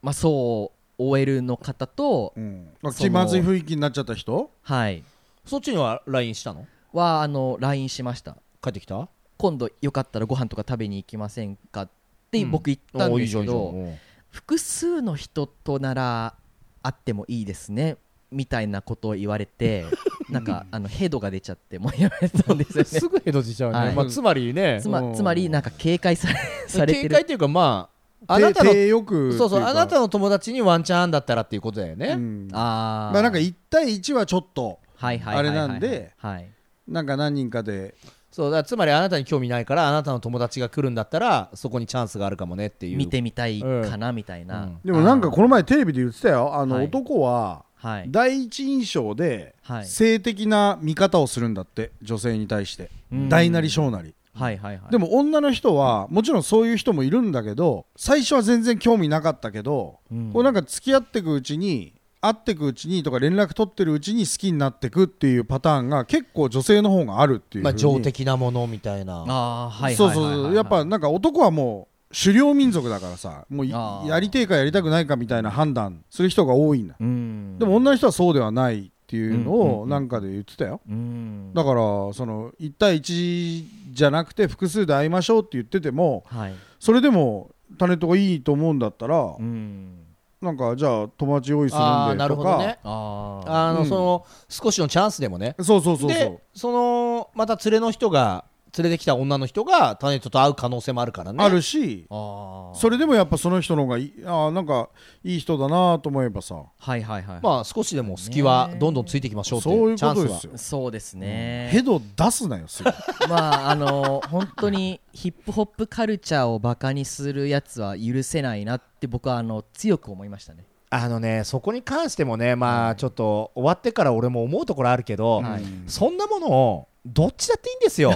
Speaker 2: まあそう OL の方と
Speaker 4: うんまあ気まずい雰囲気になっちゃった人
Speaker 2: はい
Speaker 5: そっちには LINE したの
Speaker 2: はあの LINE しました
Speaker 5: 帰ってきた
Speaker 2: 今度よかったらご飯とか食べに行きませんかって
Speaker 5: うん
Speaker 2: 僕言ったん
Speaker 5: おい
Speaker 2: で
Speaker 5: い
Speaker 2: す
Speaker 5: じゃん
Speaker 2: け
Speaker 5: いいじゃん
Speaker 2: ど、
Speaker 5: うん
Speaker 2: 複数の人となら会ってもいいですねみたいなことを言われ てなんかあのヘドが出ちゃってもうやめたんですよね
Speaker 5: すぐヘドしちゃうね、
Speaker 2: はい
Speaker 5: まあ、つまりね
Speaker 2: つまつまりなんか警戒されされて
Speaker 5: 警戒
Speaker 2: る
Speaker 5: というかまああ
Speaker 4: 手
Speaker 5: なたの
Speaker 4: 手よく
Speaker 5: そうそうあなた
Speaker 4: の
Speaker 5: の友達にワンチャンあんだったらっていうことだよね、
Speaker 2: あー
Speaker 4: まあなんか1対1はちょっと
Speaker 2: はいはいはいはい
Speaker 4: あれなんで
Speaker 2: はい
Speaker 4: なんか何人かで
Speaker 5: そうだからつまりあなたに興味ないからあなたの友達が来るんだったらそこにチャンスがあるかもねっていう
Speaker 2: 見てみたいかなみたいな、
Speaker 5: うん
Speaker 4: でもなんかこの前テレビで言ってたよあ
Speaker 2: は
Speaker 4: の
Speaker 2: い
Speaker 4: 男は
Speaker 2: はい
Speaker 4: 第一印象で
Speaker 2: はい
Speaker 4: 性的な見方をするんだって女性に対して
Speaker 2: うん
Speaker 4: 大なり小なり
Speaker 2: はいはいはい
Speaker 4: でも女の人はもちろんそういう人もいるんだけど最初は全然興味なかったけど
Speaker 2: うん
Speaker 4: こうなんか付き合っていくうちに会っていくうちにとか連絡取ってるうちに好きになっていくっていうパターンが結構女性の方があるっていう
Speaker 5: まあ
Speaker 4: ふうに
Speaker 5: 情的なものみたいな
Speaker 2: ああはいはい
Speaker 4: そう
Speaker 2: はいはいは
Speaker 4: そう
Speaker 2: い
Speaker 4: そうやっぱなんか男はもう狩猟民族だからさもうい
Speaker 2: あー
Speaker 4: やりてえかやりたくないかみたいな判断する人が多いんだ
Speaker 2: うん
Speaker 4: でも女の人はそうではないっていう
Speaker 2: うんうん
Speaker 4: の
Speaker 2: う
Speaker 4: を
Speaker 2: ん
Speaker 4: なんかで言ってたよ
Speaker 2: うん
Speaker 4: だからその1対1じゃなくて複数で会いましょうって言ってても
Speaker 2: はい
Speaker 4: それでもタネットがいいと思うんだったら
Speaker 2: うん
Speaker 4: なんかじゃあ友達用意する
Speaker 5: ああ
Speaker 4: んで
Speaker 5: なる
Speaker 4: と
Speaker 5: ほ
Speaker 4: か
Speaker 5: どね
Speaker 2: ああ
Speaker 5: あの、
Speaker 4: うん
Speaker 5: その少しのチャンスでもね
Speaker 4: そうそうそうそう
Speaker 5: でそのまた連れの人が連れてきた女の人がタネットと会う可能性もあるからね
Speaker 4: あるし
Speaker 2: ああ
Speaker 4: それでもやっぱその人の方がいいあーなんかいい人だなと思えばさ
Speaker 2: はいはいはい
Speaker 5: まあ少しでも隙はどんどんついていきましょうって
Speaker 4: そう
Speaker 5: い
Speaker 4: いうう
Speaker 5: チャ
Speaker 4: こ
Speaker 5: ンス
Speaker 4: と
Speaker 5: は
Speaker 4: ですよ
Speaker 2: そうですね
Speaker 4: ヘド出すなよすぐ
Speaker 2: まああの本当にヒップホップカルチャーをバカにするやつは許せないなって僕はあの強く思いましたね
Speaker 5: あのねそこに関してもねまあちょっと終わってから俺も思うところあるけど、
Speaker 2: はい
Speaker 5: そんなものをどっちだっていいん ですよ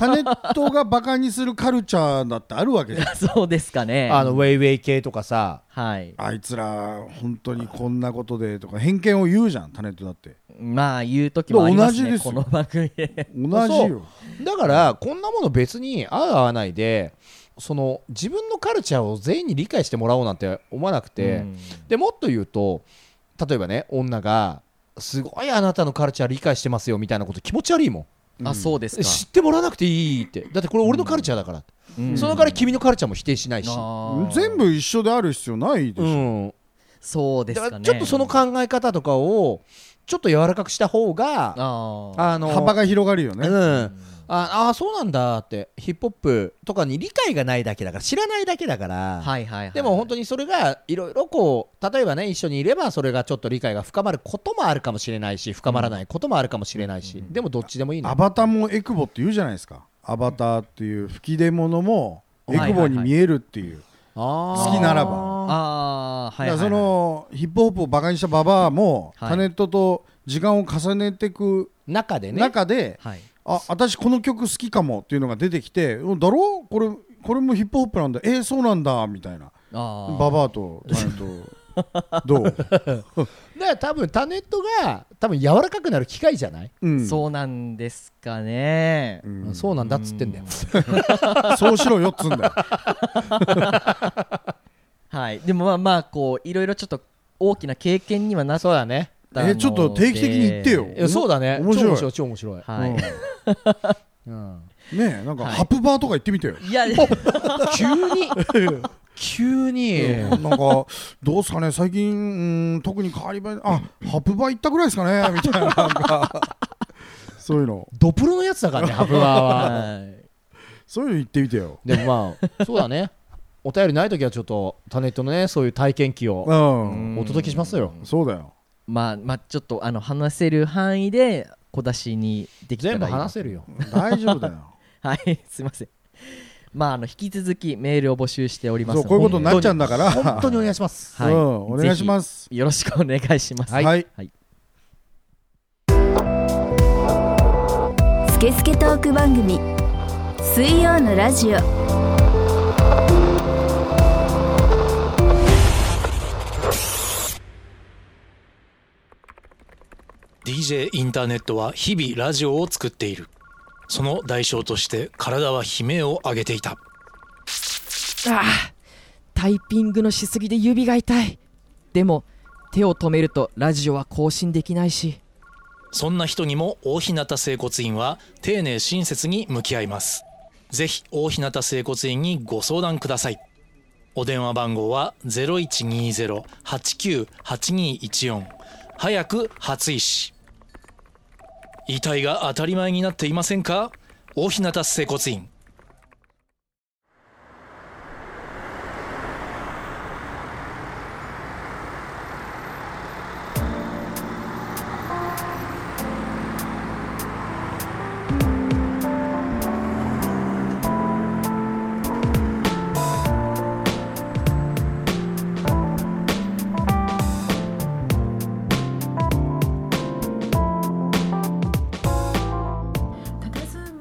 Speaker 4: タネットがバカにするカルチャーだってあるわ けじゃん
Speaker 2: そうですかね
Speaker 5: あのウェイウェイ系とかさ
Speaker 2: はい
Speaker 4: あいつら本当にこんなことでとか偏見を言うじゃんタネットだって
Speaker 2: まあ言う時もあります
Speaker 4: 同じ
Speaker 2: ね
Speaker 4: です
Speaker 2: こ
Speaker 4: よ
Speaker 2: の番組で
Speaker 4: 同じ
Speaker 5: そう
Speaker 4: よ
Speaker 5: だからこんなもの別に合う合わないでその自分のカルチャーを全員に理解してもらおうなんて思わなくて、
Speaker 2: うん
Speaker 5: でもっと言うと例えばね女がすごいあなたのカルチャー理解してますよみたいなこと気持ち悪いもん
Speaker 2: あそうですか
Speaker 5: 知ってもらわなくていいってだってこれ俺のカルチャーだから、
Speaker 2: うん
Speaker 5: その代わり君のカルチャーも否定しないし、
Speaker 2: あー
Speaker 4: 全部一緒である必要ないでし
Speaker 5: う
Speaker 4: ょ、
Speaker 5: ん、
Speaker 2: そうです
Speaker 5: だか
Speaker 2: からね
Speaker 5: ちょっとその考え方とかをちょっと柔らかくした方が
Speaker 2: あー
Speaker 5: あの
Speaker 4: 幅が広がるよね、
Speaker 5: うん、ああーそうなんだってヒップホップとかに理解がないだけだから知らないだけだか
Speaker 2: は
Speaker 5: ら、
Speaker 2: いはいはい
Speaker 5: でも本当にそれがいろいろこう例えばね一緒にいればそれがちょっと理解が深まることもあるかもしれないし深まらないこともあるかもしれないし、でもどっちでもいいの
Speaker 4: アバタもエクボって言うじゃないですかアバターっていう吹き出物もエクボに見えるっていう、好きなら
Speaker 2: あ
Speaker 4: ば
Speaker 2: あはいはい、はい、
Speaker 4: だからそのヒップホップをバカにしたババアも、
Speaker 2: はい
Speaker 4: タネットと時間を重ねていく
Speaker 5: 中でね
Speaker 4: 中で、
Speaker 2: はい
Speaker 4: あ私この曲好きかもっていうのが出てきてうんだろこれこれもヒップホップなんだえー、そうなんだみたいな
Speaker 2: あー
Speaker 4: ババアとタネッ トどう、
Speaker 5: だから多分タネットが多分柔らかくなる機会じゃない、
Speaker 4: うん
Speaker 2: そうなんですかね、
Speaker 4: うん
Speaker 5: そうなんだっつってんだよ、
Speaker 4: そうしろよっつうんだよ
Speaker 2: はいでもまあまあこういろいろちょっと大きな経験にはなった
Speaker 5: そうだね
Speaker 2: ので
Speaker 4: えちょっと定期的に言ってよ
Speaker 5: いやそうだね
Speaker 4: 面白い
Speaker 5: 超面白い超面白い、
Speaker 2: はい、
Speaker 5: うん
Speaker 4: ねえなんか、
Speaker 2: はい
Speaker 4: ハプバーとか行ってみてよ
Speaker 2: い や急に
Speaker 5: 急に、
Speaker 4: なんかどうですかね最近うん特に変わり映えあハプバー行ったぐらいですかねみたいななんかそういうの
Speaker 5: ドプロのやつだからね ハプバーは
Speaker 2: はい
Speaker 4: そういうの言ってみてよ
Speaker 5: でもまあそうだねお便りない時はちょっとタネットのねそういう体験記を
Speaker 4: うん、
Speaker 5: お届けしますよ、
Speaker 4: そうだよ
Speaker 2: まあまあちょっとあの話せる範囲で小出しにできたらい
Speaker 5: 全
Speaker 2: い
Speaker 5: 部話せるよ
Speaker 4: 大丈夫だよ
Speaker 2: はい すいませんまああの引き続きメールを募集しております
Speaker 4: そう
Speaker 2: ので
Speaker 4: こういうことになっちゃうんだから
Speaker 5: 本当にお願いします
Speaker 2: はい
Speaker 4: うん、お願いします
Speaker 2: よろしくお願いします
Speaker 4: はい、
Speaker 1: スケスケトーク番組水曜のラジオ
Speaker 6: 「DJ インターネット」は日々ラジオを作っているその代償として体は悲鳴を上げていた
Speaker 7: ああタイピングのしすぎで指が痛いでも手を止めるとラジオは更新できないし
Speaker 6: そんな人にも大日向整骨院は丁寧親切に向き合いますぜひ大日向整骨院にご相談くださいお電話番号は0120-89-8214早く初医師遺体が当たり前になっていませんか大日向整骨院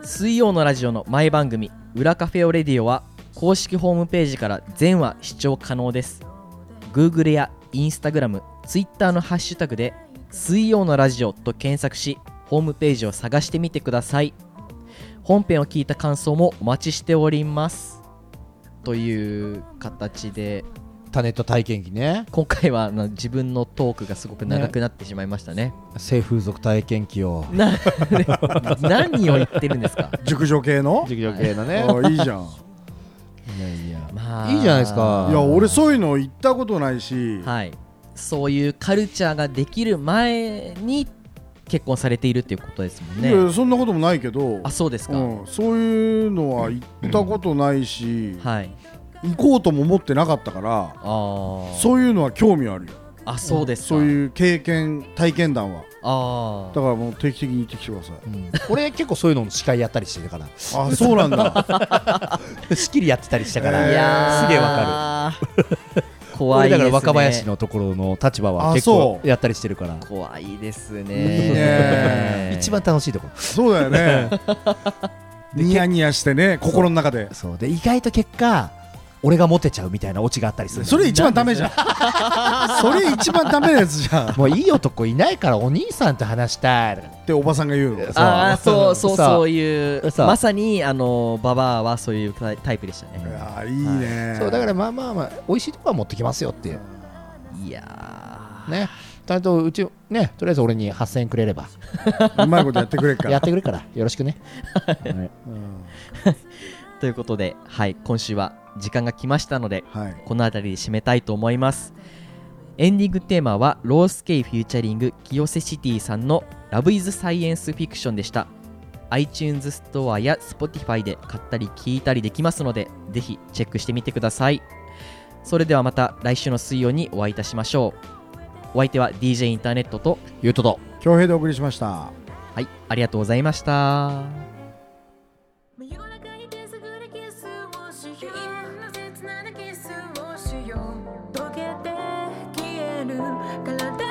Speaker 2: 水曜のラジオの前番組「裏カフェオレディオ」は公式ホームページから全話視聴可能です Google や InstagramTwitter のハッシュタグで「水曜のラジオ」と検索しホームページを探してみてください本編を聞いた感想もお待ちしておりますという形で
Speaker 5: タネット体験記ね
Speaker 2: 今回はあの自分のトークがすごく長くなってしまいましたね
Speaker 5: 性風俗体験記を
Speaker 2: な 何を言ってるんですか
Speaker 4: 熟女系の
Speaker 5: 熟女系のね
Speaker 4: あいいじゃん
Speaker 5: いやいや
Speaker 2: ま
Speaker 5: いいじゃないですか
Speaker 4: いや俺そういうの行ったことないし、
Speaker 2: はい、そういうカルチャーができる前に結婚されているっていうことですもん
Speaker 4: いや
Speaker 2: ね。
Speaker 4: そんなこともないけど
Speaker 2: あそうですか、
Speaker 4: うん、そういうのは行ったことないし、
Speaker 2: はい
Speaker 4: 行こうとも思ってなかったか
Speaker 2: あ
Speaker 4: ら
Speaker 2: ー
Speaker 4: そういうのは興味あるよ
Speaker 2: あそうですか
Speaker 4: そういう経験体験談は
Speaker 2: あ
Speaker 4: だか
Speaker 2: ー
Speaker 4: らもう定期的に行ってきてください
Speaker 5: うん俺結構そういうのの司会やったりしてるから
Speaker 4: あそうなんだ
Speaker 5: 仕切りやってたりしたから
Speaker 2: いやー
Speaker 5: すげえわか
Speaker 2: かる怖いです
Speaker 3: 俺だか
Speaker 2: ね
Speaker 3: ら若林のところの立場は
Speaker 4: あ
Speaker 3: 結構
Speaker 4: そう
Speaker 3: やったりしてるから
Speaker 2: 怖いですね
Speaker 4: いい ね
Speaker 3: 一番楽しいところ
Speaker 4: そうだよねニヤニヤしてね心の中で
Speaker 3: そうで意外と結果俺がモテちゃうみたいなオチがあったりする
Speaker 4: それ一番ダメじゃんそれ一番ダメなやつじゃんっ
Speaker 3: もういい男いないからお兄さんと話したいとか
Speaker 4: ておばさんが言うの
Speaker 2: ああそうそう
Speaker 3: さあ
Speaker 2: そういう
Speaker 3: さあ
Speaker 2: まさにあのババアはそういうタイタイプでした
Speaker 4: い
Speaker 2: ね
Speaker 4: やいいね
Speaker 3: そうだからまあまあまあ美味しいとこは持ってきますよっていう
Speaker 2: いや
Speaker 3: ねちゃんとうちねとりあえず俺に8000円くれれば
Speaker 4: うまいことやってくれっ か
Speaker 3: やっ
Speaker 4: ら
Speaker 3: てくれるからよろしくねはい
Speaker 2: ーということではい今週は時間が来ましたので
Speaker 4: はい
Speaker 2: この辺りで締めたいと思いますエンディングテーマはロースケイフューチャリング清瀬シティさんの「ラブイズサイエンスフィクションでした iTunes ストアや Spotify で買ったり聞いたりできますのでぜひチェックしてみてくださいそれではまた来週の水曜にお会いいたしましょうお相手は DJ インターネットと
Speaker 3: ゆうとと
Speaker 4: 恭平でお送りしました
Speaker 2: はいありがとうございました
Speaker 8: 真夜中に手探りキスをしよういろんな切なキスをしよう溶けて消える体